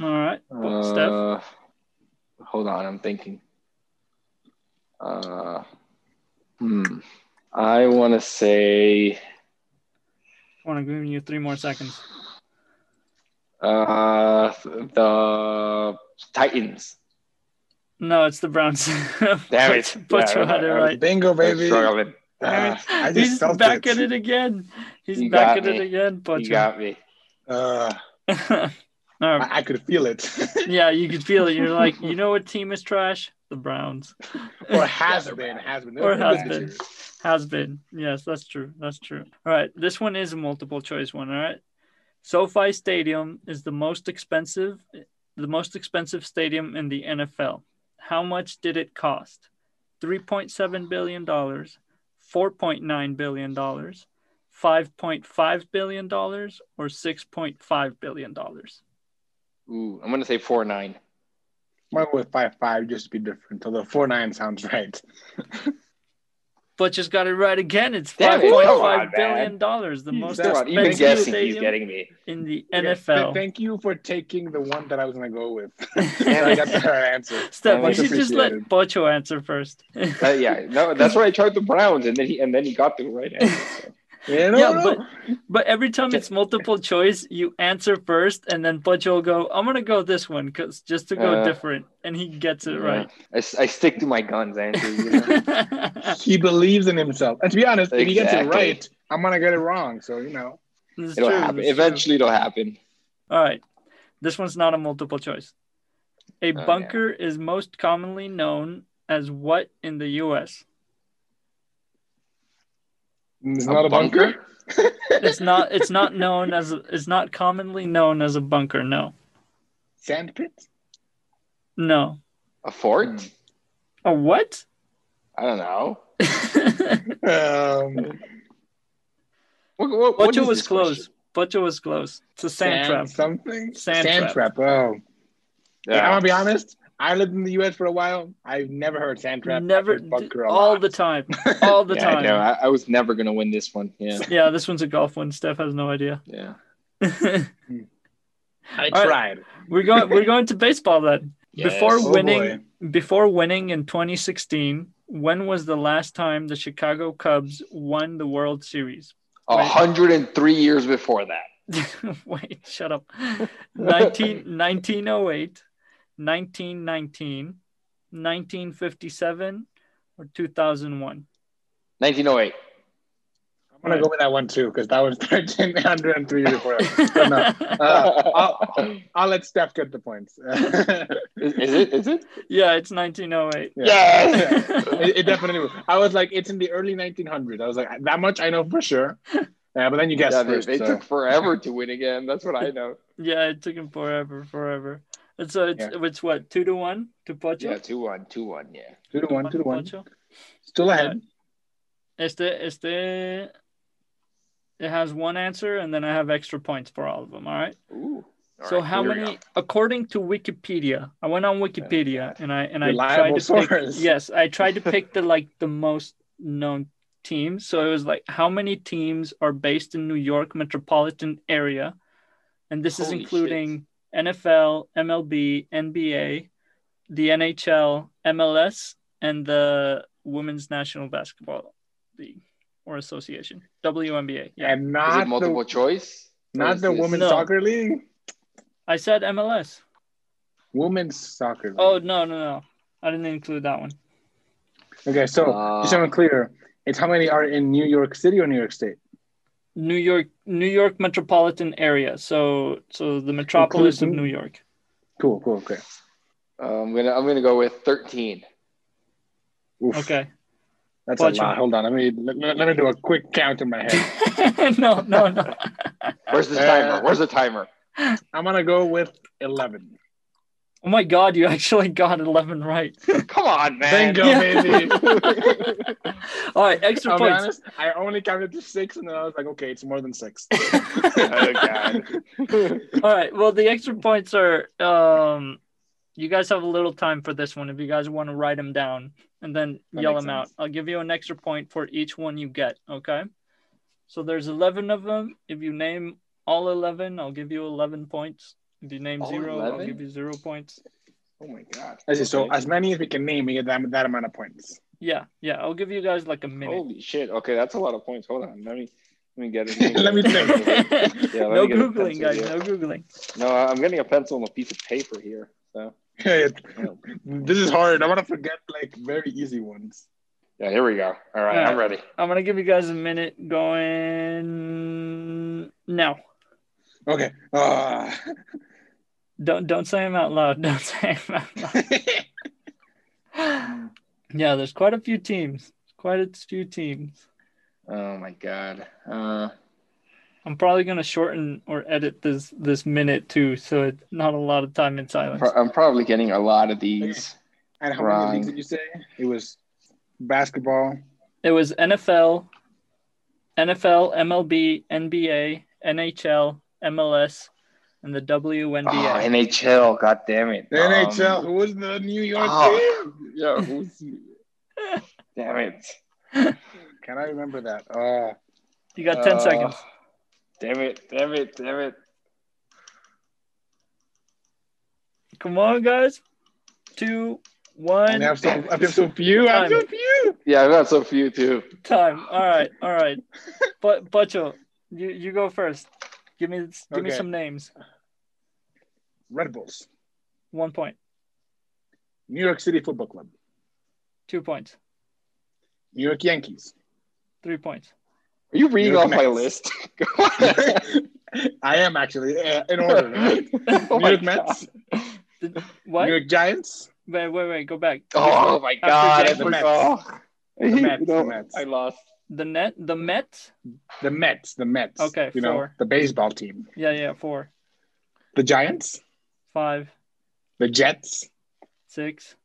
Speaker 1: All right. Steph?
Speaker 2: Uh, hold on, I'm thinking. Uh, hmm. I want to say.
Speaker 1: I want to give you three more seconds.
Speaker 2: Uh, the Titans.
Speaker 1: No, it's the Browns.
Speaker 2: Damn
Speaker 1: Butch-
Speaker 2: it. Yeah,
Speaker 1: Butch
Speaker 2: I-
Speaker 1: had it
Speaker 2: I-
Speaker 1: right.
Speaker 3: Bingo, baby.
Speaker 2: Struggling.
Speaker 3: Ah,
Speaker 2: uh,
Speaker 3: I just
Speaker 1: He's
Speaker 3: felt
Speaker 1: back
Speaker 3: it.
Speaker 1: at it again. He's
Speaker 2: You
Speaker 1: back
Speaker 2: got
Speaker 1: at it
Speaker 2: me.
Speaker 1: again, Butcher.
Speaker 2: You got me.
Speaker 3: Uh,
Speaker 1: All right.
Speaker 3: I, I could feel it.
Speaker 1: Yeah, you could feel it. You're like, you know what team is trash? the Browns.
Speaker 3: or has been, has been,
Speaker 1: Or
Speaker 3: They're
Speaker 1: has
Speaker 3: good
Speaker 1: been.
Speaker 3: this year.
Speaker 1: Has been. Yes, that's true. That's true. All right. This one is a multiple choice one. All right. SoFi Stadium is the most expensive, the most expensive stadium in the NFL. How much did it cost? $3.7 billion, $4.9 billion, $5.5 billion, or $6.5 billion?
Speaker 2: Ooh, I'm gonna say four nine.
Speaker 3: Mine with five five just to be different. Although four nine sounds right.
Speaker 1: But just got it right again. It's
Speaker 2: Damn it, come on,
Speaker 1: $5.5 billion, dollars, the
Speaker 3: Jeez,
Speaker 1: most
Speaker 3: that's-
Speaker 2: Come on, even
Speaker 1: expensive
Speaker 2: guessing, he's
Speaker 1: stadium
Speaker 2: getting me.
Speaker 1: in the
Speaker 3: Yes,
Speaker 1: NFL.
Speaker 3: th- thank you for taking the one that I was gonna go with. I got the right answer.
Speaker 1: Steph, you
Speaker 2: Much
Speaker 1: should just let
Speaker 3: appreciated.
Speaker 1: Bocho answer first.
Speaker 2: Uh, yeah, no, that's why I tried the Browns, and then he and then he got the right answer. so.
Speaker 3: Yeah, no,
Speaker 1: Yeah,
Speaker 3: no.
Speaker 1: but- but every time it's multiple choice, you answer first, and then Bocho will go, I'm going to go this one because just to go
Speaker 2: Uh,
Speaker 1: different. And he gets it
Speaker 2: Yeah.
Speaker 1: right.
Speaker 2: I, s- I stick to my guns, Andrew. You know?
Speaker 3: he believes in himself. And to be honest, if he gets it
Speaker 2: Exactly.
Speaker 3: right, I'm gonna get it wrong. So you know,
Speaker 1: It's
Speaker 2: it'll
Speaker 1: true,
Speaker 2: happen.
Speaker 1: it's true.
Speaker 2: Eventually, it'll happen.
Speaker 1: All right. This one's not a multiple choice. A
Speaker 2: Oh, yeah.
Speaker 1: bunker is most commonly known as what in the US?
Speaker 3: it's not a bunker.
Speaker 1: It's not it's not known as it's not commonly known as a bunker. No.
Speaker 3: Sand pit.
Speaker 1: No.
Speaker 2: a fort.
Speaker 3: Hmm.
Speaker 1: A what?
Speaker 2: I don't know.
Speaker 3: Um,
Speaker 2: What, what, what
Speaker 1: Butcher
Speaker 2: is
Speaker 1: was
Speaker 2: this
Speaker 1: close.
Speaker 2: question?
Speaker 1: Butcher was close. It's a sand,
Speaker 3: sand
Speaker 1: trap.
Speaker 3: Something.
Speaker 1: Sand trap.
Speaker 3: trap. Oh,
Speaker 2: Yeah.
Speaker 3: I'm gonna be honest. I lived in the U.S. for a while. I've never heard sand trap.
Speaker 1: Never
Speaker 3: I've heard bunker a
Speaker 1: all
Speaker 3: lot.
Speaker 1: the time. All the
Speaker 2: yeah, I
Speaker 1: time.
Speaker 2: know. I, I was never gonna win this one. Yeah,
Speaker 1: Yeah, this one's a golf one. Steph has no idea.
Speaker 2: yeah.
Speaker 3: I
Speaker 1: All right.
Speaker 3: tried
Speaker 1: we're going we're going to baseball then. Before
Speaker 2: Yes.
Speaker 3: Oh,
Speaker 1: winning before winning in 2016, when was the last time the Chicago Cubs won the World Series?
Speaker 2: A hundred and three years before that.
Speaker 1: Wait, shut up. oh 19, 1908, 1919, 1957, or 2001?
Speaker 2: 1908.
Speaker 3: I'm gonna go with that one too because that was 1303 before. But no, uh, I'll, I'll let Steph get the points.
Speaker 2: Is, is it? Is it?
Speaker 1: Yeah, it's 1908.
Speaker 2: Yes.
Speaker 3: it, it definitely was. I was like, it's in the early 1900s. I was like, that much I know for sure. Yeah, but then you guessed
Speaker 2: yeah, they,
Speaker 3: first. uh,
Speaker 2: they
Speaker 3: so.
Speaker 2: took forever to win again. That's what I know.
Speaker 1: yeah, it took him forever, forever. And so it's, it's what, two to one to Pocho?
Speaker 2: Yeah, two one, two one. Yeah.
Speaker 3: two to one, two to one.
Speaker 1: Pocho?
Speaker 3: Still ahead.
Speaker 1: Este, este, it has one answer, and then I have extra points for all of them. All right.
Speaker 2: Ooh. All
Speaker 1: so
Speaker 2: right,
Speaker 1: how
Speaker 2: here we
Speaker 1: many
Speaker 2: go.
Speaker 1: according to wikipedia i went on wikipedia and i and i
Speaker 3: Reliable
Speaker 1: tried to pick,
Speaker 3: source.
Speaker 1: yes i tried to pick the like the most known teams so it was like how many teams are based in new york metropolitan area and this is
Speaker 2: Holy
Speaker 1: including nfl mlb nba the nhl mls and the women's national basketball league or association wmba yeah
Speaker 3: And
Speaker 2: Is
Speaker 3: not
Speaker 2: it multiple
Speaker 3: the,
Speaker 2: choice? Or
Speaker 3: not
Speaker 2: is
Speaker 3: the
Speaker 2: this- Uh,
Speaker 3: women's
Speaker 1: No.
Speaker 3: soccer league.
Speaker 1: i said mls
Speaker 3: Women's soccer. League.
Speaker 1: oh no no no i didn't include that one
Speaker 3: okay. So
Speaker 2: Uh,
Speaker 3: just so I'm clear, it's how many are in New York City or New York State?
Speaker 1: New York, New York metropolitan area. So, so the metropolis of
Speaker 3: Including-
Speaker 1: New York.
Speaker 3: Cool, cool, okay.
Speaker 2: I'm gonna I'm gonna go with 13.
Speaker 3: Oof,
Speaker 1: Okay.
Speaker 3: that's
Speaker 1: Watch
Speaker 3: a lot.
Speaker 1: it.
Speaker 3: Hold on, let me let, let- let me do a quick count in my head.
Speaker 1: no, no, no.
Speaker 2: Where's the
Speaker 3: Uh,
Speaker 2: timer? Where's the timer?
Speaker 3: I'm gonna go with eleven.
Speaker 1: Oh my God, you actually got eleven right.
Speaker 2: Come on, man.
Speaker 3: Bingo,
Speaker 1: Yeah.
Speaker 3: baby.
Speaker 1: All right, extra
Speaker 3: I'll be
Speaker 1: points.
Speaker 3: honest, I only counted to six, and then I was like, okay, it's more than six. Oh
Speaker 2: oh god.
Speaker 1: All right. Well, the extra points are. Um, you guys have a little time for this one if you guys want to write them down and then
Speaker 3: That
Speaker 1: yell
Speaker 3: makes
Speaker 1: them out.
Speaker 3: sense.
Speaker 1: I'll give you an extra point for each one you get. Okay. So there's eleven of them. If you name all eleven, I'll give you eleven points. If you name
Speaker 2: All
Speaker 1: zero, I'll
Speaker 2: 11?
Speaker 1: give you zero points.
Speaker 2: Oh my god.
Speaker 3: I see, So
Speaker 2: Okay.
Speaker 3: as many as we can name, we get that, that amount of points.
Speaker 1: Yeah, yeah. I'll give you guys like a minute.
Speaker 2: Holy shit. Okay, that's a lot of points. Hold on. Let me let me get it.
Speaker 3: Let me think.
Speaker 2: Yeah, let
Speaker 1: no
Speaker 2: me get a
Speaker 1: googling,
Speaker 2: pencil
Speaker 1: guys.
Speaker 2: here.
Speaker 1: No googling.
Speaker 2: No, I'm getting a pencil and a piece of paper here. So
Speaker 3: Yeah,
Speaker 2: yeah,
Speaker 3: this is hard. I want to forget like very easy ones.
Speaker 2: here we go. All right, I'm ready.
Speaker 1: I'm gonna give you guys a minute going now.
Speaker 3: Okay. Uh,
Speaker 1: Don't don't say them out loud. Don't say them out loud. yeah, there's quite a few teams. Quite a few teams.
Speaker 2: Oh my god. Uh,
Speaker 1: I'm probably gonna shorten or edit this this minute too, so it's not a lot of time in silence.
Speaker 2: pro- I'm probably getting a lot of these.
Speaker 3: And how
Speaker 2: Wrong.
Speaker 3: many leagues did you say? It was basketball.
Speaker 1: It was NFL, NFL, MLB, NBA, NHL, MLS, and the
Speaker 2: Oh,
Speaker 1: WNBA.
Speaker 2: NHL. God damn it.
Speaker 3: The
Speaker 2: Um,
Speaker 3: NHL. Who was the New York
Speaker 2: oh.
Speaker 3: team?
Speaker 2: Yeah. who's- damn it.
Speaker 3: Can I remember that? Uh,
Speaker 1: you got ten
Speaker 2: Uh,
Speaker 1: seconds.
Speaker 2: Damn it. Damn it. Damn it.
Speaker 1: Come on, guys. Two,
Speaker 3: and I
Speaker 1: one,
Speaker 3: have so, I have so few. I have so few.
Speaker 2: Yeah, I've got so few too.
Speaker 1: time. All right, all right. But Butcho, you you go first. Give me give me
Speaker 3: Okay.
Speaker 1: some names.
Speaker 3: Red Bulls.
Speaker 1: One point,
Speaker 3: New York City Football Club.
Speaker 1: two points,
Speaker 3: New York Yankees.
Speaker 1: three points.
Speaker 2: Are you reading
Speaker 3: You're
Speaker 2: off my
Speaker 3: next.
Speaker 2: list? oh
Speaker 3: I am actually uh, in order. Right? New
Speaker 2: my
Speaker 3: York
Speaker 2: god.
Speaker 3: Mets.
Speaker 1: Did- Oh what?
Speaker 3: New York Giants.
Speaker 1: Wait, wait, wait. Go back.
Speaker 2: Oh my
Speaker 1: After
Speaker 2: god. I
Speaker 1: Jack-
Speaker 3: The
Speaker 2: forgot.
Speaker 3: Mets.
Speaker 2: You
Speaker 3: Mets, the
Speaker 2: know,
Speaker 3: Mets.
Speaker 2: I lost.
Speaker 1: The net. The Mets.
Speaker 3: The Mets. The Mets.
Speaker 1: Okay,
Speaker 3: You know
Speaker 1: four.
Speaker 3: the baseball team.
Speaker 1: Yeah, yeah. Four,
Speaker 3: The Giants.
Speaker 1: five,
Speaker 3: The Jets.
Speaker 1: six.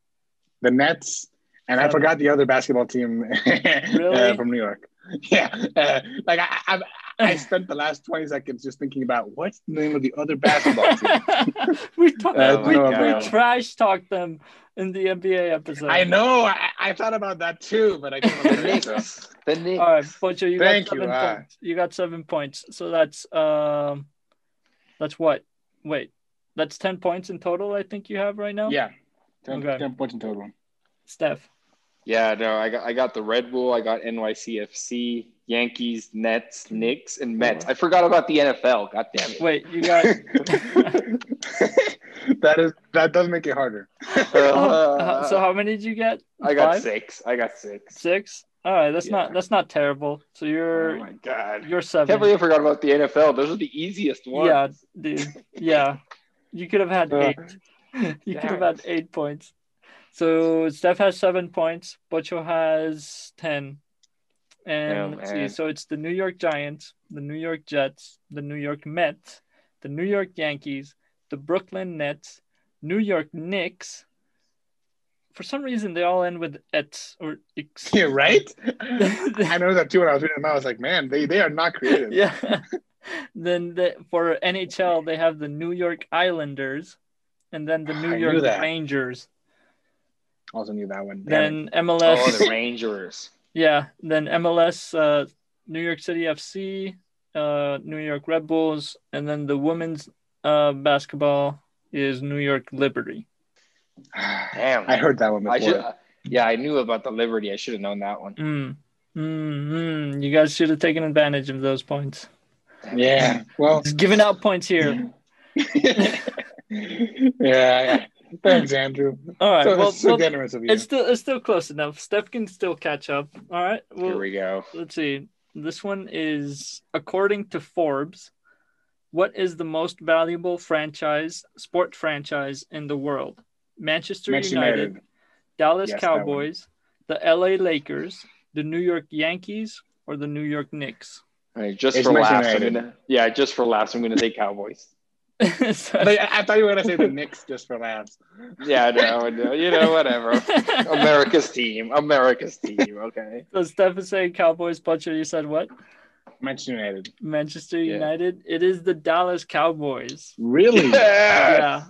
Speaker 3: The Nets. And I
Speaker 1: Seven.
Speaker 3: forgot the other basketball team
Speaker 1: Really?
Speaker 3: uh, from New York. Yeah, uh, like I, I, I spent the last twenty seconds just thinking about what's the name of the other basketball team.
Speaker 1: we talk,
Speaker 3: Uh,
Speaker 1: we,
Speaker 3: no,
Speaker 1: we
Speaker 3: no.
Speaker 1: trash talked them in the NBA episode.
Speaker 3: I know. I, I thought about that too, but I came up
Speaker 2: The
Speaker 3: with this.
Speaker 2: Knicks. The Knicks.
Speaker 1: All right, Butcher, you
Speaker 3: Thank
Speaker 1: got
Speaker 3: you,
Speaker 1: seven
Speaker 3: ah.
Speaker 1: points. You got seven points. So that's um, that's what? Wait, that's ten points in total. I think you have right now.
Speaker 3: Yeah, 10,
Speaker 1: Okay.
Speaker 3: 10 points in total.
Speaker 1: Steph,
Speaker 2: Yeah, no, I got I got the Red Bull, I got NYCFC, Yankees, Nets, Knicks, and Mets. I forgot about the NFL. God damn it.
Speaker 1: wait, you got.
Speaker 3: that is that does make it harder.
Speaker 1: Uh, so
Speaker 2: Uh,
Speaker 1: how many did you get?
Speaker 2: I got
Speaker 1: Five?
Speaker 2: six. I got six.
Speaker 1: Six. All right, that's
Speaker 2: Yeah.
Speaker 1: not that's not terrible. So
Speaker 2: Oh
Speaker 1: you're
Speaker 2: my god.
Speaker 1: you're
Speaker 2: I can't
Speaker 1: seven.
Speaker 2: believe I forgot about the NFL. Those are the easiest ones.
Speaker 1: Yeah, dude. Yeah, you could have had
Speaker 3: Uh,
Speaker 1: eight. you could have had eight points. So Steph has seven points. Butcho has ten. And
Speaker 2: Oh,
Speaker 1: let's
Speaker 2: man.
Speaker 1: see. So it's the New York Giants, the New York Jets, the New York Mets, the New York Yankees, the Brooklyn Nets, New York Knicks. For some reason, they all end with ets or ix.
Speaker 3: Yeah, right? I know that too when I was reading them. I was like, man, they, they are not creative.
Speaker 1: yeah. then the, for NHL, they have the New York Islanders, and then the New
Speaker 3: Ah, I knew
Speaker 1: York
Speaker 3: that.
Speaker 1: Rangers.
Speaker 3: Also knew that one. Damn it.
Speaker 1: Then MLS,
Speaker 2: Oh, the Rangers.
Speaker 1: yeah. Then MLS, uh, New York City FC, uh, New York Red Bulls, and then the women's uh, basketball is New York Liberty.
Speaker 2: Damn.
Speaker 3: I heard that one
Speaker 2: I should uh,
Speaker 3: before.
Speaker 2: yeah, I knew about the Liberty. I should have known that one.
Speaker 1: Mm. Mm, mm. You guys should have taken advantage of those points.
Speaker 3: Yeah. Well.
Speaker 1: It's giving out points here.
Speaker 3: yeah, yeah. Thanks, Andrew.
Speaker 1: All right.
Speaker 3: so
Speaker 1: well,
Speaker 3: that's so
Speaker 1: well,
Speaker 3: generous of you.
Speaker 1: it's still it's still close enough. Steph can still catch up. All right.
Speaker 2: Here
Speaker 1: Well,
Speaker 2: we go.
Speaker 1: let's see. This one is according to Forbes, what is the most valuable franchise, sport franchise in the world? Manchester
Speaker 3: Manchester
Speaker 1: United,
Speaker 3: United.
Speaker 1: Dallas
Speaker 3: Yes, that one.
Speaker 1: Cowboys, the LA Lakers, the New York Yankees, or the New York Knicks?
Speaker 2: All right, just
Speaker 3: It's
Speaker 2: for
Speaker 3: Manchester
Speaker 2: laughs, I'm
Speaker 3: United.
Speaker 2: gonna, yeah, just for laughs, I'm gonna say Cowboys.
Speaker 3: Like,
Speaker 1: So-
Speaker 3: I I thought you were gonna say the Knicks just uh, for laughs.
Speaker 2: Yeah, no, no, you know, whatever. America's team. America's team. Okay.
Speaker 1: so Steph is saying Cowboys, Butcher, you said what?
Speaker 3: Manchester United.
Speaker 1: Manchester
Speaker 2: Yeah.
Speaker 1: United. It is the Dallas Cowboys.
Speaker 3: Really?
Speaker 2: Yeah.
Speaker 1: Yeah.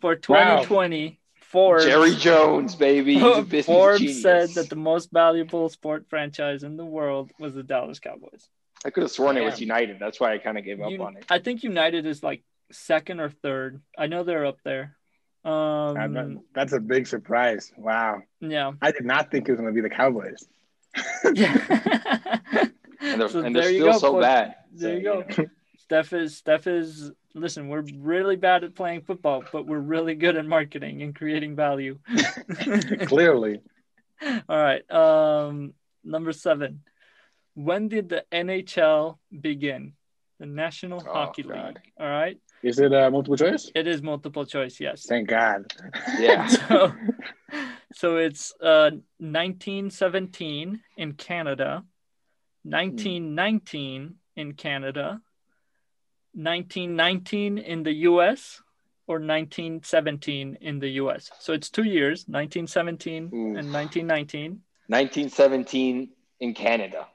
Speaker 1: For 2020, Forbes.
Speaker 2: Jerry Jones, baby. He's a business
Speaker 1: Forbes
Speaker 2: genius.
Speaker 1: said that the most valuable sport franchise in the world was the Dallas Cowboys.
Speaker 2: I could have sworn it was
Speaker 3: Damn.
Speaker 2: United. That's why I kind of gave up
Speaker 1: Un-
Speaker 2: on it.
Speaker 1: I think United is like second or third. I know they're up there.
Speaker 3: I'm not-
Speaker 1: Um,
Speaker 3: Uh, that's a big surprise. Wow.
Speaker 1: yeah.
Speaker 3: I did not think it was gonna be the Cowboys.
Speaker 1: yeah.
Speaker 2: And they're,
Speaker 1: So
Speaker 2: and they're
Speaker 1: there you
Speaker 2: still
Speaker 1: go,
Speaker 2: so
Speaker 1: folks.
Speaker 2: bad.
Speaker 1: There
Speaker 2: So,
Speaker 1: you go.
Speaker 2: know.
Speaker 1: Steph is Steph is listen, we're really bad at playing football, but we're really good at marketing and creating value.
Speaker 3: Clearly.
Speaker 1: All right. Um, number seven. When did the NHL begin? The National
Speaker 2: Oh,
Speaker 1: Hockey
Speaker 2: God.
Speaker 1: League. All right.
Speaker 3: Is it uh, multiple choice?
Speaker 1: It is multiple choice. Yes.
Speaker 3: Thank God.
Speaker 2: Yeah.
Speaker 1: So, So it's uh, 1917 in Canada, 1919 in Canada, 1919 in the US, or 1917 in the US. So it's two years, 1917
Speaker 2: Ooh.
Speaker 1: and 1919.
Speaker 2: 1917 in Canada.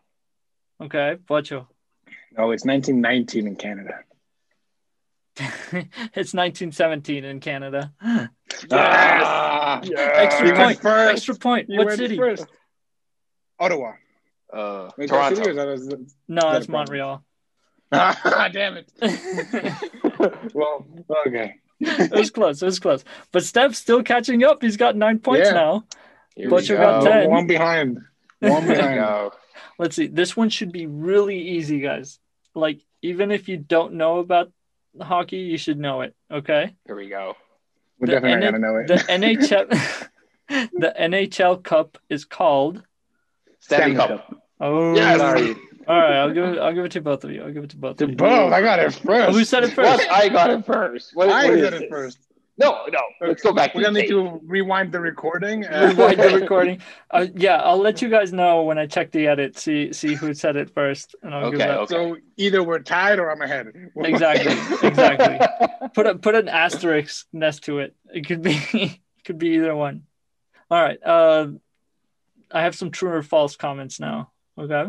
Speaker 1: Okay, Pocho.
Speaker 3: No, it's 1919 in Canada.
Speaker 1: it's 1917 in Canada.
Speaker 3: Ah,
Speaker 1: Extra
Speaker 3: You went
Speaker 1: point.
Speaker 3: first.
Speaker 1: Extra point.
Speaker 3: You
Speaker 1: what
Speaker 3: went
Speaker 1: city?
Speaker 3: First. Ottawa.
Speaker 2: Uh,
Speaker 3: Wait, what city
Speaker 2: Toronto.
Speaker 3: was that? Was it-
Speaker 1: No,
Speaker 3: Not
Speaker 1: it's
Speaker 3: a problem.
Speaker 1: Montreal.
Speaker 3: Ah, Damn it.
Speaker 1: it
Speaker 3: Well, okay.
Speaker 1: was close. It was close. But Steph's still catching up. He's got nine points
Speaker 3: Yeah.
Speaker 1: now.
Speaker 2: Here
Speaker 1: But
Speaker 2: we
Speaker 1: you
Speaker 2: go.
Speaker 1: got ten.
Speaker 3: Uh, One behind. One
Speaker 2: Here we
Speaker 3: behind.
Speaker 2: go.
Speaker 1: Let's see. This one should be really easy, guys. Like, even if you don't know about hockey, you should know it. Okay.
Speaker 2: Here we go.
Speaker 3: We're
Speaker 1: The
Speaker 3: definitely
Speaker 1: NH
Speaker 3: gonna know it.
Speaker 1: The NHL. the NHL Cup is called.
Speaker 2: Stanley Cup.
Speaker 1: Oh,
Speaker 2: Yes.
Speaker 1: sorry. All right. I'll give it. I'll give it to both of you. I'll give it to both.
Speaker 3: To
Speaker 1: of you.
Speaker 3: both. I got it first.
Speaker 1: Who said it first?
Speaker 2: What? I got it first. What,
Speaker 3: I
Speaker 2: what
Speaker 3: got
Speaker 2: is
Speaker 3: it
Speaker 2: this?
Speaker 3: first.
Speaker 2: No, no. Let's go back.
Speaker 3: We're
Speaker 2: to
Speaker 3: gonna need
Speaker 2: the
Speaker 3: to rewind the recording.
Speaker 1: We'll
Speaker 3: and-
Speaker 1: wind the recording. Uh, yeah, I'll let you guys know when I check the edit. See, see who said it first, and I'll give
Speaker 2: Okay,
Speaker 1: that.
Speaker 2: okay.
Speaker 3: So either we're tied or I'm ahead.
Speaker 1: Exactly, exactly. Put a put an asterisk next to it. It could be it could be either one. All right. Uh, I have some true or false comments now. Okay.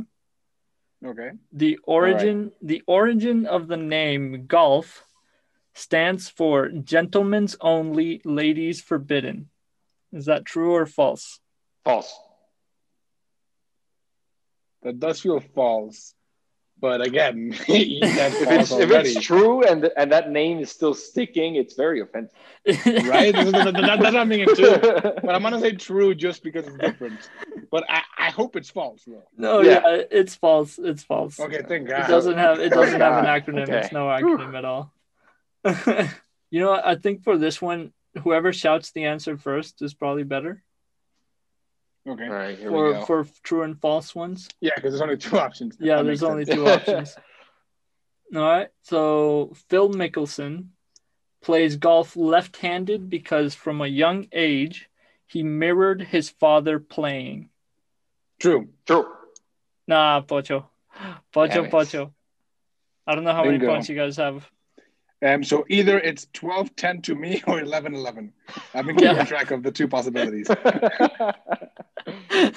Speaker 3: okay.
Speaker 1: The origin the origin of the name golf stands for gentlemen's only, ladies forbidden. Is that true or false?
Speaker 2: False.
Speaker 3: The dust feel falls. But again, that's
Speaker 2: If
Speaker 3: false
Speaker 2: it's, if
Speaker 3: already.
Speaker 2: it's true and and that name is still sticking, it's very offensive.
Speaker 3: Right? that, that's not being a two.
Speaker 1: Oh,
Speaker 3: But I'm gonna say true just because it's different. But I, I hope it's false though.
Speaker 1: No, Oh, yeah.
Speaker 2: Yeah.
Speaker 1: it's false. It's false.
Speaker 3: Okay, thank
Speaker 1: It
Speaker 3: God.
Speaker 1: doesn't have it doesn't have an
Speaker 2: God.
Speaker 1: acronym.
Speaker 2: Okay.
Speaker 1: It's no acronym at all. you know, what? I think for this one, whoever shouts the answer first is probably better
Speaker 3: Okay.
Speaker 2: All right, here we
Speaker 1: for
Speaker 2: go.
Speaker 1: for true and false ones.
Speaker 3: Yeah, because there's only two options.
Speaker 1: Yeah,
Speaker 3: That
Speaker 1: there's
Speaker 3: makes
Speaker 1: only
Speaker 3: sense.
Speaker 1: two options. All right. So Phil Mickelson plays golf left-handed because from a young age he mirrored his father playing.
Speaker 3: True.
Speaker 2: True.
Speaker 1: Nah, Pocho. Pocho,
Speaker 2: Damn it.
Speaker 1: Pocho. I don't know how many
Speaker 3: Bingo.
Speaker 1: points you guys have.
Speaker 3: Um, so either it's 12 10 to me or 11 11. I've been
Speaker 1: Yeah.
Speaker 3: keeping track of the two possibilities.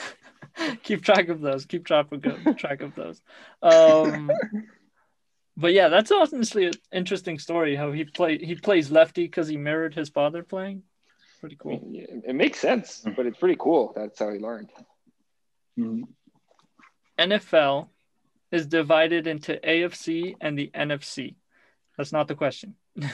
Speaker 1: keep track of those. Keep track of go- track of those. Um, but yeah, that's honestly an interesting story. How he play he plays lefty because he mirrored his father playing. Pretty cool.
Speaker 2: it makes sense, but it's pretty cool. That's how he learned.
Speaker 3: Mm.
Speaker 1: NFL is divided into AFC and the NFC. That's not the question.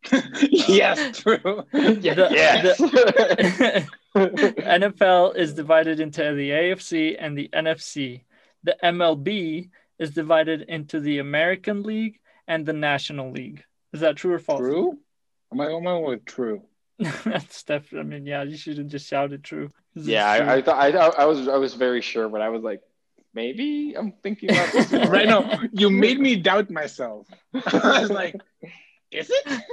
Speaker 3: yes, true.
Speaker 2: Yeah,
Speaker 1: The-
Speaker 2: yes.
Speaker 1: NFL is divided into the AFC and the NFC. The MLB is divided into the American League and the National League. Is that true or false?
Speaker 3: True? Am I am I with true?
Speaker 1: Steph, I mean, yeah, you should have just shouted true. This is
Speaker 2: yeah, I, I
Speaker 1: true.
Speaker 2: thought I, I was I was very sure, but I was like, maybe I'm thinking about this. wrong.
Speaker 3: Right now, you made me doubt myself. I was like, is it?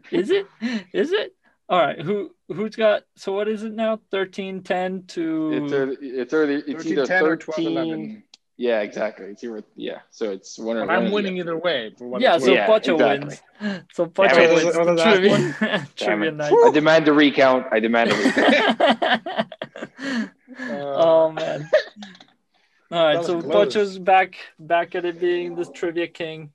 Speaker 1: is it? Is it? All right, who who's got so what is it now? 13 10
Speaker 2: It's
Speaker 1: to
Speaker 2: early, it's early, it's
Speaker 3: 13
Speaker 2: either
Speaker 3: 10 or 12
Speaker 2: 13
Speaker 3: 11.
Speaker 2: Yeah, exactly. It's either, yeah. So it's one or
Speaker 3: But
Speaker 2: one or
Speaker 3: I'm
Speaker 2: the
Speaker 3: winning either way. For what
Speaker 1: Yeah,
Speaker 3: it's
Speaker 1: so
Speaker 3: worth.
Speaker 2: Yeah,
Speaker 1: Pocho
Speaker 2: exactly.
Speaker 1: wins. So
Speaker 2: Damn it,
Speaker 1: Pocho
Speaker 2: this
Speaker 1: wins.
Speaker 3: is one of the last
Speaker 1: Trivia,
Speaker 2: Damn
Speaker 1: trivia
Speaker 2: it.
Speaker 1: night.
Speaker 2: I demand the recount. I demand a recount.
Speaker 1: oh man. All right,
Speaker 3: was
Speaker 1: so
Speaker 3: close.
Speaker 1: Pocho's back back at it being the trivia king.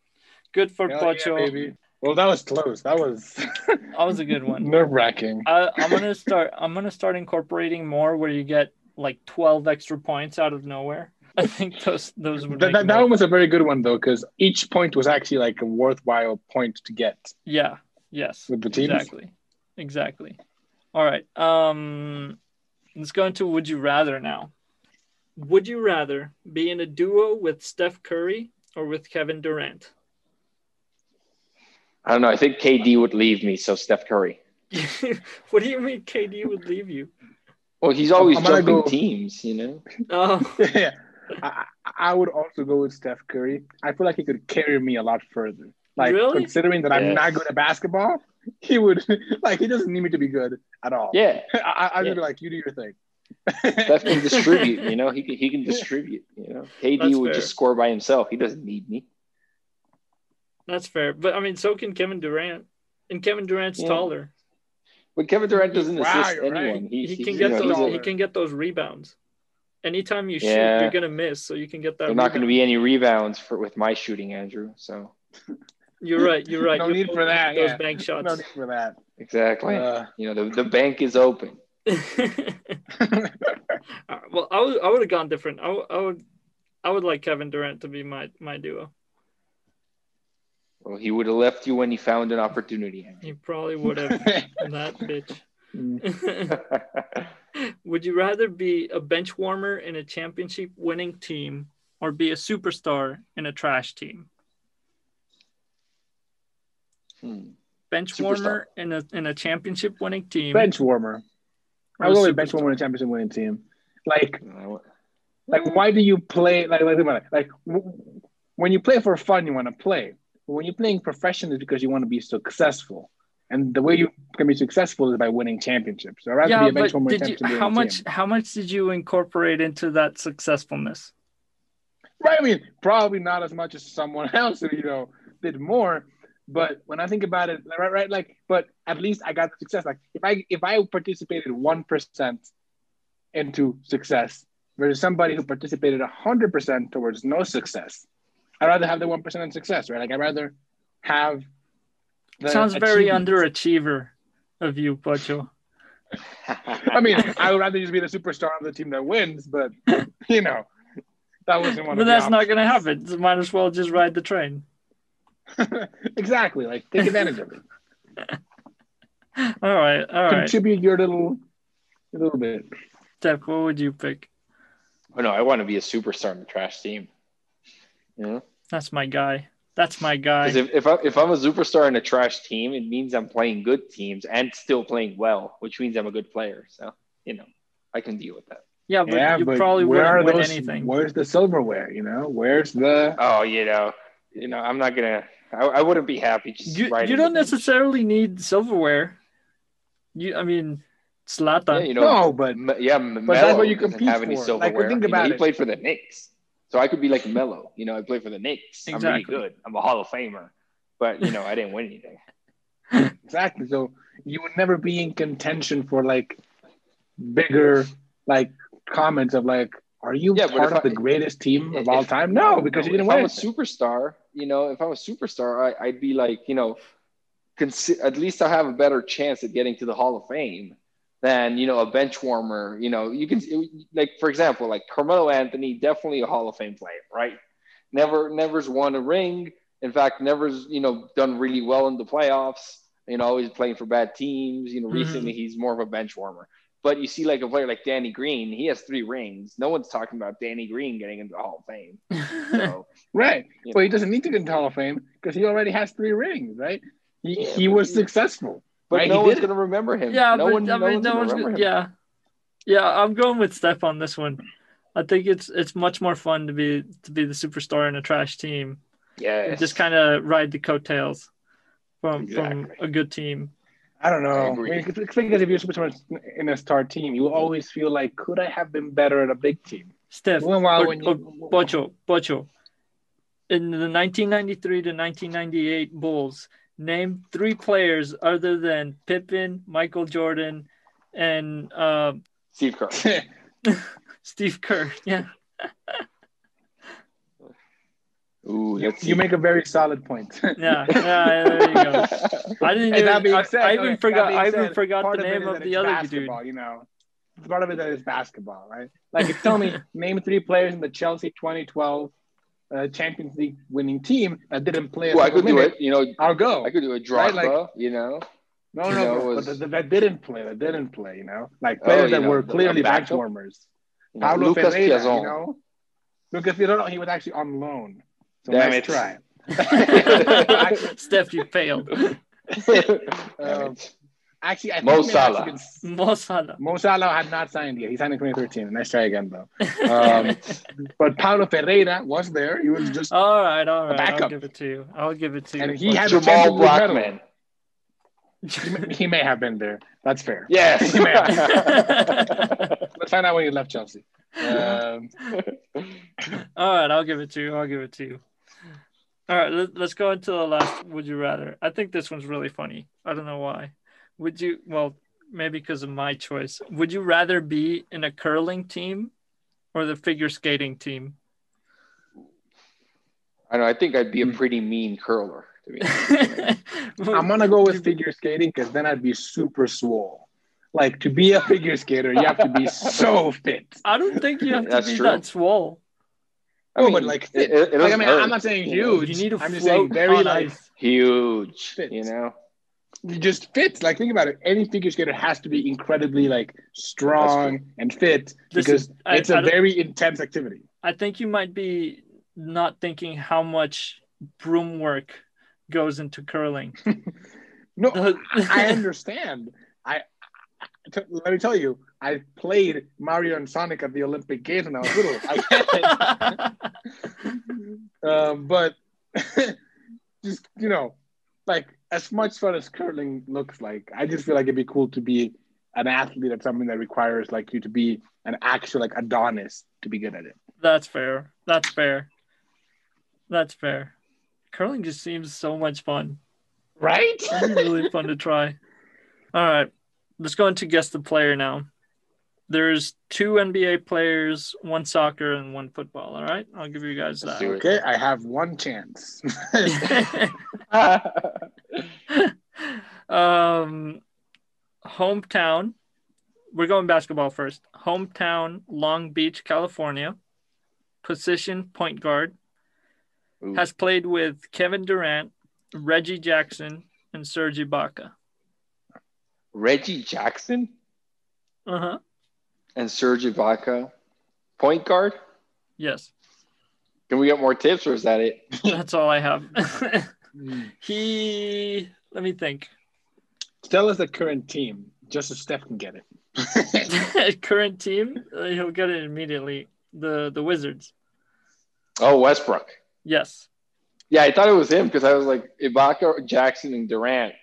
Speaker 1: Good for
Speaker 3: Hell yeah,
Speaker 1: Pocho.
Speaker 3: baby. Well, that was close. That was
Speaker 1: that was a good one.
Speaker 3: nerve wracking.
Speaker 1: I, I'm gonna start. I'm gonna start incorporating more where you get like 12 extra points out of nowhere. I think those those would.
Speaker 3: That,
Speaker 1: make
Speaker 3: that, that
Speaker 1: more-
Speaker 3: one was a very good one though, because each point was actually like a worthwhile point to get
Speaker 1: Yeah. Yes.
Speaker 3: with the teams.
Speaker 1: Exactly. Exactly. All right. Um, let's go into would you rather now. Would you rather be in a duo with Steph Curry or with Kevin Durant?
Speaker 2: I don't know. I think KD would leave me. So Steph Curry.
Speaker 1: what do you mean KD would leave you?
Speaker 2: Well, he's always
Speaker 3: I'm gonna
Speaker 2: jumping
Speaker 3: go-
Speaker 2: teams, you know?
Speaker 1: Oh,
Speaker 3: yeah, I, I I would also go with Steph Curry. I feel like he could carry me a lot further. Like
Speaker 1: Really?
Speaker 3: considering that I'm
Speaker 2: Yes.
Speaker 3: not good at basketball, he would like he doesn't need me to be good at all.
Speaker 2: Yeah,
Speaker 3: I, I'm
Speaker 2: Yeah.
Speaker 3: gonna be like, you do your thing.
Speaker 2: Steph can distribute. You know, he can he can distribute. You know, KD
Speaker 1: That's
Speaker 2: would
Speaker 1: fair.
Speaker 2: just score by himself. He doesn't need me.
Speaker 1: That's fair. But I mean, so can Kevin Durant. And Kevin Durant's
Speaker 2: Yeah.
Speaker 1: taller.
Speaker 2: But Kevin Durant doesn't
Speaker 3: Wow,
Speaker 2: assist
Speaker 3: you're right.
Speaker 2: anyone.
Speaker 1: He,
Speaker 2: He, he-
Speaker 1: can
Speaker 2: you
Speaker 1: get
Speaker 2: know, he's
Speaker 1: those.
Speaker 2: a-
Speaker 1: He can get those rebounds. Anytime you shoot,
Speaker 2: Yeah.
Speaker 1: you're gonna miss. So you can get that.
Speaker 2: There are not going
Speaker 1: rebound.
Speaker 2: to be any rebounds for with my shooting, Andrew. So
Speaker 1: You're right. You're right.
Speaker 3: No
Speaker 1: You
Speaker 3: need
Speaker 1: both
Speaker 3: for that,
Speaker 1: need Those
Speaker 3: yeah.
Speaker 1: bank shots.
Speaker 3: no need for that.
Speaker 2: exactly,
Speaker 3: Uh,
Speaker 2: you know, the, the bank is open.
Speaker 1: Uh, well, I would I would have gone different. I would- I would I would like Kevin Durant to be my my duo.
Speaker 2: Well, he would have left you when he found an opportunity. Andrew.
Speaker 1: He probably would have that bitch. would you rather be a bench warmer in a championship winning team or be a superstar in a trash team?
Speaker 2: Hmm.
Speaker 1: Bench
Speaker 2: Superstar.
Speaker 1: warmer in a in a championship winning team.
Speaker 3: bench warmer.
Speaker 1: or
Speaker 3: I
Speaker 1: a
Speaker 3: will be bench
Speaker 1: superstar?
Speaker 3: warmer in a championship winning team. Like
Speaker 2: No,
Speaker 3: Like, why do you play? Like, like, think about it. like w- when you play for fun, you want to play. But when you're playing professionally, it's because you want to be successful. And the way you can be successful is by winning championships. So I'd rather be
Speaker 1: Yeah,
Speaker 3: a bench
Speaker 1: but
Speaker 3: warmer in a
Speaker 1: did you,
Speaker 3: championship winning
Speaker 1: how much
Speaker 3: Team.
Speaker 1: how much did you incorporate into that successfulness?
Speaker 3: Right? I mean, probably not as much as someone else who you know did more. But when I think about it, like, right, right, like, but at least I got the success. Like, if I if I participated one percent into success versus somebody who participated hundred percent towards no success, I'd rather have the one percent in success, right? Like, I'd rather have. the
Speaker 1: Sounds very
Speaker 3: achievement.
Speaker 1: underachiever of you, Pocho.
Speaker 3: I mean, I would rather just be the superstar of the team that wins, but you know, that wasn't one.
Speaker 1: But
Speaker 3: of the
Speaker 1: that's not
Speaker 3: options.
Speaker 1: going to happen. So might as well just ride the train.
Speaker 3: exactly. Like, take advantage of it.
Speaker 1: All right, all right.
Speaker 3: contribute your little a little bit.
Speaker 1: Steph, what would you pick?
Speaker 2: oh, no, I want to be a superstar in the trash team. You know,
Speaker 1: That's my guy. That's my guy.
Speaker 2: because if if, I, if I'm a superstar in a trash team, it means I'm playing good teams and still playing well, which means I'm a good player. So you know, I can deal with that.
Speaker 1: yeah, but you probably wouldn't win anything.
Speaker 3: Where's the silverware? You know, where's the
Speaker 2: Oh, you know, you know, I'm not gonna. I, I wouldn't be happy just
Speaker 1: You,
Speaker 2: riding
Speaker 1: you don't
Speaker 2: the bench.
Speaker 1: necessarily need silverware. You, I mean,
Speaker 2: Yeah,
Speaker 1: Slatan.
Speaker 2: you know,
Speaker 3: no? But
Speaker 2: M- yeah, M-
Speaker 3: But
Speaker 2: Melo
Speaker 3: that's what you
Speaker 2: doesn't
Speaker 3: compete
Speaker 2: have any
Speaker 3: for. Like,
Speaker 2: silverware.
Speaker 3: think
Speaker 2: You know,
Speaker 3: about
Speaker 2: he
Speaker 3: it.
Speaker 2: played for the Knicks, so I could be like Melo. You know, I played for the Knicks. I'm
Speaker 1: Exactly.
Speaker 2: really good. I'm a Hall of Famer, but you know, I didn't win anything.
Speaker 3: exactly. So you would never be in contention for like bigger like comments of like, are you
Speaker 2: Yeah, but
Speaker 3: part
Speaker 2: if
Speaker 3: of
Speaker 2: I-
Speaker 3: the greatest team of
Speaker 2: If-
Speaker 3: all
Speaker 2: if-
Speaker 3: time? No, because you didn't
Speaker 2: if
Speaker 3: win.
Speaker 2: I'm a superstar, you know, if I'm a superstar, I, I'd be like, you know, consi- at least I have a better chance at getting to the Hall of Fame than you know a bench warmer. You know, you can like for example, like Carmelo Anthony, definitely a Hall of Fame player, right? Never, never's won a ring. In fact, never's you know done really well in the playoffs. You know, always playing for bad teams. You know,
Speaker 1: Mhm.
Speaker 2: recently he's more of a bench warmer. But you see, like a player like Danny Green, he has three rings. No one's talking about Danny Green getting into the Hall of Fame. So,
Speaker 3: Right.
Speaker 2: Yeah.
Speaker 3: Well, he doesn't need to get into Hall of Fame because he already has three rings, right? He,
Speaker 2: Yeah,
Speaker 3: he
Speaker 2: but
Speaker 3: was
Speaker 2: he-
Speaker 3: successful.
Speaker 2: but
Speaker 3: Right,
Speaker 2: no
Speaker 3: he
Speaker 2: one's
Speaker 3: did.
Speaker 2: gonna remember him.
Speaker 1: yeah,
Speaker 2: no
Speaker 1: but
Speaker 2: one,
Speaker 1: I
Speaker 2: no
Speaker 1: mean,
Speaker 2: one's
Speaker 1: no
Speaker 2: gonna
Speaker 1: one's
Speaker 2: remember
Speaker 1: gonna,
Speaker 2: him.
Speaker 1: yeah, yeah. I'm going with Steph on this one. I think it's it's much more fun to be to be the superstar in a trash team.
Speaker 2: Yes.
Speaker 1: Just kind of ride the coattails from from
Speaker 2: Exactly.
Speaker 1: a good team.
Speaker 3: I don't know.
Speaker 2: I
Speaker 3: I
Speaker 2: agree.
Speaker 3: mean, it's- it's because if you're super in a star team, you will always feel like, could I have been better at a big team?
Speaker 1: Steph,
Speaker 3: Meanwhile,
Speaker 1: or-
Speaker 3: when
Speaker 1: or
Speaker 3: you,
Speaker 1: Bocho, Bocho. In the 1993 to 1998 Bulls, name three players other than Pippen, Michael Jordan, and uh,
Speaker 2: Steve Kerr.
Speaker 1: Steve Kerr. Yeah,
Speaker 2: Ooh,
Speaker 3: you,
Speaker 2: let's
Speaker 3: you make a very solid point.
Speaker 1: yeah, yeah. There you go. I didn't
Speaker 3: And that
Speaker 1: even.
Speaker 3: being
Speaker 1: I,
Speaker 3: said-
Speaker 1: I even
Speaker 3: okay, that
Speaker 1: forgot.
Speaker 3: being
Speaker 1: I even
Speaker 3: said,
Speaker 1: forgot
Speaker 3: part
Speaker 1: the
Speaker 3: it
Speaker 1: name
Speaker 3: is
Speaker 1: of
Speaker 3: that
Speaker 1: the
Speaker 3: it's
Speaker 1: other dude.
Speaker 3: basketball, You know, part of it that is basketball, right? Like, if tell me, name three players in the Chelsea 2012 uh, Champions League winning team that didn't play. a
Speaker 2: Ooh, I
Speaker 3: single
Speaker 2: could do
Speaker 3: minute,
Speaker 2: it. You know,
Speaker 3: I'll go.
Speaker 2: I could do a Drogba.
Speaker 3: Right, like-
Speaker 2: you know,
Speaker 3: No,
Speaker 2: You
Speaker 3: no,
Speaker 2: know,
Speaker 3: but-
Speaker 2: was-
Speaker 3: but that, that didn't play. That didn't play. You know, like
Speaker 2: Oh,
Speaker 3: players
Speaker 2: you
Speaker 3: that
Speaker 2: know,
Speaker 3: were
Speaker 2: the-
Speaker 3: clearly
Speaker 2: a backup?
Speaker 3: bench warmers.
Speaker 2: You know,
Speaker 3: Paulo
Speaker 2: Lucas
Speaker 3: Pereira,
Speaker 2: Piazon.
Speaker 3: you know, Lucas Piazon, he was actually on loan. So
Speaker 2: Damn
Speaker 3: nice
Speaker 2: it.
Speaker 3: try.
Speaker 1: Steph, you failed.
Speaker 3: Um,
Speaker 2: Damn
Speaker 3: Uh,
Speaker 2: it.
Speaker 3: Actually, I think
Speaker 2: Mo
Speaker 3: maybe that's
Speaker 2: Salah.
Speaker 3: a good-
Speaker 1: Mo Salah.
Speaker 3: Mo Salah had not signed yet. He signed in 2013. Nice try again, though.
Speaker 2: Damn
Speaker 3: Um,
Speaker 2: it.
Speaker 3: but Paulo Pereira was there. He was just,
Speaker 1: all right, all right. I'll
Speaker 3: backup.
Speaker 1: give it to you. I'll give it to you.
Speaker 3: and he had a
Speaker 2: Jamal
Speaker 3: Champions League medal.
Speaker 2: Blackman.
Speaker 3: He may- he may have been there. That's fair.
Speaker 2: Yes.
Speaker 3: Let's find out when he left Chelsea. Um,
Speaker 1: All right, I'll give it to you. I'll give it to you. All right, let, let's go into the last would you rather. I think this one's really funny. I don't know why. Would you, well, maybe because of my choice. Would you rather be in a curling team or the figure skating team?
Speaker 2: I know. I think I'd be a
Speaker 3: Hmm.
Speaker 2: pretty mean curler. To be honest.
Speaker 3: I'm gonna go with figure skating because then I'd be super swole. Like to be a figure skater, you have to be so fit.
Speaker 1: I don't think you have to
Speaker 2: That's
Speaker 1: be
Speaker 2: true.
Speaker 1: that swole.
Speaker 2: I
Speaker 3: No,
Speaker 2: mean,
Speaker 3: Oh, but like,
Speaker 2: it, it, it
Speaker 3: Like, I
Speaker 2: doesn't
Speaker 3: mean,
Speaker 2: hurt.
Speaker 3: I'm not saying
Speaker 2: you know?
Speaker 3: huge.
Speaker 1: You need to
Speaker 3: I'm just saying
Speaker 1: float
Speaker 3: very
Speaker 1: on
Speaker 3: like
Speaker 1: ice.
Speaker 2: huge.
Speaker 3: Fit.
Speaker 2: You know,
Speaker 3: you just fit. Like think about it. Any figure skater has to be incredibly like strong and fit
Speaker 1: This
Speaker 3: because
Speaker 1: is- I-
Speaker 3: it's
Speaker 1: I
Speaker 3: a
Speaker 1: don't-
Speaker 3: very intense activity.
Speaker 1: I think you might be not thinking how much broom work goes into curling.
Speaker 3: No, I understand. I, I- t- let me tell you, I played Mario and Sonic at the Olympic Games when I was little. I get it. um, but just you know, like as much fun as curling looks like, I just feel like it'd be cool to be an athlete at something that requires like you to be an actual like Adonis to be good at it.
Speaker 1: That's fair. That's fair. That's fair. Curling just seems so much fun.
Speaker 3: Right?
Speaker 1: It'd be really fun to try. All right. Let's go into guess the player now. There's two NBA players, one soccer and one football. All right. I'll give you guys
Speaker 2: Let's
Speaker 1: that.
Speaker 2: do
Speaker 3: okay, I have one chance.
Speaker 1: um, hometown. We're going basketball first. Hometown, Long Beach, California. Position point guard.
Speaker 2: Ooh.
Speaker 1: Has played with Kevin Durant, Reggie Jackson, and Serge Ibaka.
Speaker 2: Reggie Jackson
Speaker 1: Uh huh.
Speaker 2: and Serge Ibaka, point guard.
Speaker 1: Yes,
Speaker 2: Can we get more tips, or is that it?
Speaker 1: that's all I have.
Speaker 3: Mm.
Speaker 1: he. Let me think.
Speaker 3: Tell us the current team, just so Steph can get it.
Speaker 1: Current team. uh, He'll get it immediately. The the Wizards.
Speaker 2: Oh, Westbrook.
Speaker 1: Yes.
Speaker 2: Yeah, I thought it was him because I was like Ibaka, Jackson, and Durant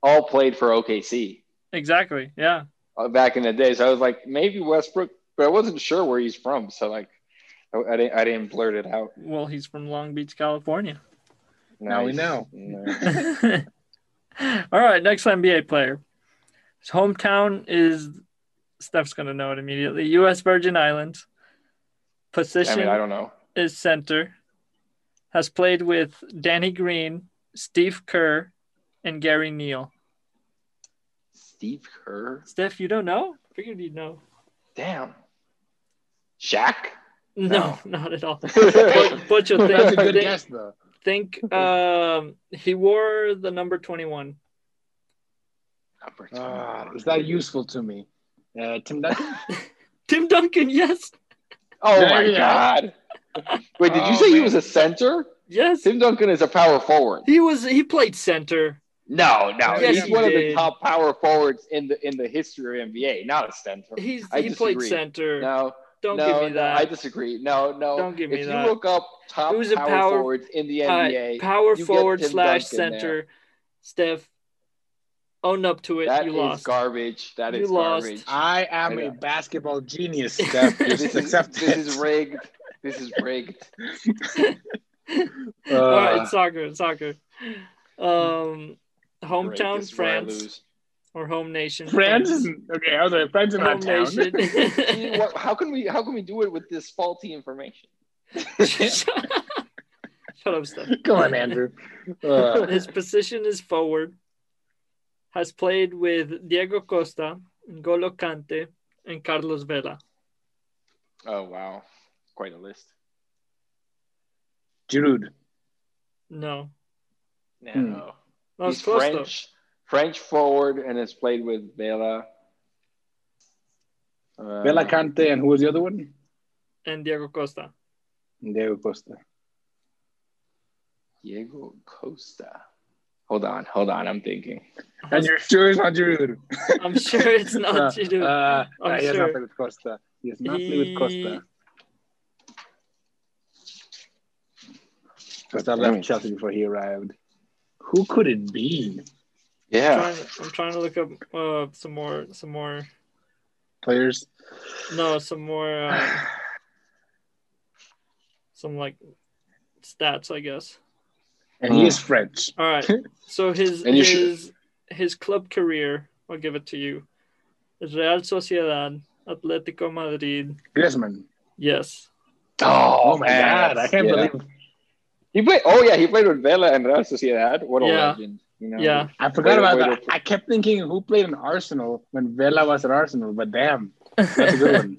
Speaker 2: all played for OKC
Speaker 1: Exactly. Yeah.
Speaker 2: uh, back in the day. So I was like, maybe Westbrook, but I wasn't sure where he's from. So like, I, I didn't, I didn't blurt it out.
Speaker 1: Well, he's from Long Beach, California.
Speaker 3: Now we know.
Speaker 2: Nice.
Speaker 1: All right, next NBA player. His hometown is Steph's gonna know it immediately. U.S. Virgin Islands.
Speaker 2: I
Speaker 1: Position
Speaker 2: mean, I don't know.
Speaker 1: is center. Has played with Danny Green, Steve Kerr, and Gary Neal.
Speaker 2: Steve Kerr.
Speaker 1: Steph, you don't know? Figured you'd know.
Speaker 2: Damn. Shaq.
Speaker 1: No, not at all.
Speaker 2: That's
Speaker 1: But, but you
Speaker 3: That's a
Speaker 1: think,
Speaker 3: good
Speaker 1: think-
Speaker 3: guess, though.
Speaker 1: think um, he wore the number 21.
Speaker 2: Number two.
Speaker 3: Uh, is that useful to me? Uh, Tim Duncan?
Speaker 1: Tim Duncan, yes.
Speaker 2: oh
Speaker 3: Yeah,
Speaker 2: my
Speaker 3: yeah.
Speaker 2: god. Wait, did you
Speaker 3: Oh,
Speaker 2: say he
Speaker 3: man.
Speaker 2: was a center?
Speaker 1: Yes.
Speaker 2: Tim Duncan is a power forward.
Speaker 1: He was he played center.
Speaker 2: No, no,
Speaker 1: Yes,
Speaker 2: he's
Speaker 1: he
Speaker 2: one of the
Speaker 1: did.
Speaker 2: top power forwards in the in the history of NBA, not a center.
Speaker 1: He's
Speaker 2: I
Speaker 1: he played
Speaker 2: disagree.
Speaker 1: center.
Speaker 2: No,
Speaker 1: Don't
Speaker 2: no,
Speaker 1: give me
Speaker 2: no,
Speaker 1: that.
Speaker 2: I disagree. No, no.
Speaker 1: Don't give me
Speaker 2: if
Speaker 1: that.
Speaker 2: you look up top
Speaker 1: Who's a
Speaker 2: power,
Speaker 1: power-
Speaker 2: forwards in the
Speaker 1: All right,
Speaker 2: NBA,
Speaker 1: power
Speaker 2: get
Speaker 1: forward
Speaker 2: Tim
Speaker 1: slash
Speaker 2: Duncan there.
Speaker 1: center. Steph, own up to it.
Speaker 2: that
Speaker 1: you
Speaker 2: is
Speaker 1: lost.
Speaker 2: garbage. That is
Speaker 1: You lost.
Speaker 2: garbage.
Speaker 3: I am
Speaker 2: Yeah.
Speaker 3: a basketball genius, Steph.
Speaker 2: This
Speaker 3: Just
Speaker 2: is,
Speaker 3: accept
Speaker 2: this is
Speaker 3: it.
Speaker 2: rigged. This is rigged.
Speaker 1: All
Speaker 3: Uh,
Speaker 1: right, soccer, soccer. Um,
Speaker 2: Great,
Speaker 1: hometown
Speaker 2: this is where I
Speaker 1: France
Speaker 2: lose.
Speaker 1: or home nation
Speaker 3: friends is okay. I was like, friends in our
Speaker 1: Home
Speaker 3: town.
Speaker 1: nation.
Speaker 2: See, what- how can we? How can we do it with this faulty information?
Speaker 1: Shut up, Steph.
Speaker 3: Come on, Andrew. Uh,
Speaker 1: His position is forward. Has played with Diego Costa, N'Golo Kante, and Carlos Vela.
Speaker 2: Oh wow, quite a list.
Speaker 3: Giroud.
Speaker 1: No,
Speaker 2: No.
Speaker 3: Hmm.
Speaker 1: that was
Speaker 2: He's
Speaker 1: close
Speaker 2: French, French forward, and has played with Vela. Uh,
Speaker 3: Bella Cante and who was the other one?
Speaker 1: though. And Diego Costa.
Speaker 3: Diego Costa.
Speaker 2: Diego Costa. Hold on, hold on. I'm thinking.
Speaker 3: And you're sure it's not Giroud?
Speaker 1: I'm sure it's
Speaker 3: Uh,
Speaker 1: not Giroud.
Speaker 3: Uh,
Speaker 1: I'm
Speaker 3: uh, he has
Speaker 1: sure.
Speaker 3: not played with Costa. He has not played with Costa. Costa
Speaker 2: Damn
Speaker 3: left
Speaker 2: it.
Speaker 3: Chelsea before he arrived. Who could it be?
Speaker 2: Yeah.
Speaker 1: I'm, trying, I'm trying to look up uh, some more, some more.
Speaker 3: Players.
Speaker 1: No, some more, uh, some like stats, I guess.
Speaker 3: And he is French.
Speaker 1: All right. So his
Speaker 2: And you should-
Speaker 1: his his club career, I'll give it to you. Real Sociedad, Atletico Madrid.
Speaker 3: Griezmann.
Speaker 1: Yes.
Speaker 2: Oh, Yeah.
Speaker 3: believe
Speaker 2: he played. Oh yeah, he played with Vela and Real Sociedad. What a
Speaker 1: Yeah.
Speaker 2: legend! You know?
Speaker 1: Yeah.
Speaker 3: I forgot
Speaker 2: Wait,
Speaker 3: about
Speaker 2: wait,
Speaker 3: that.
Speaker 2: wait.
Speaker 3: I kept thinking who played in Arsenal when Vela was at Arsenal, but damn, that's a good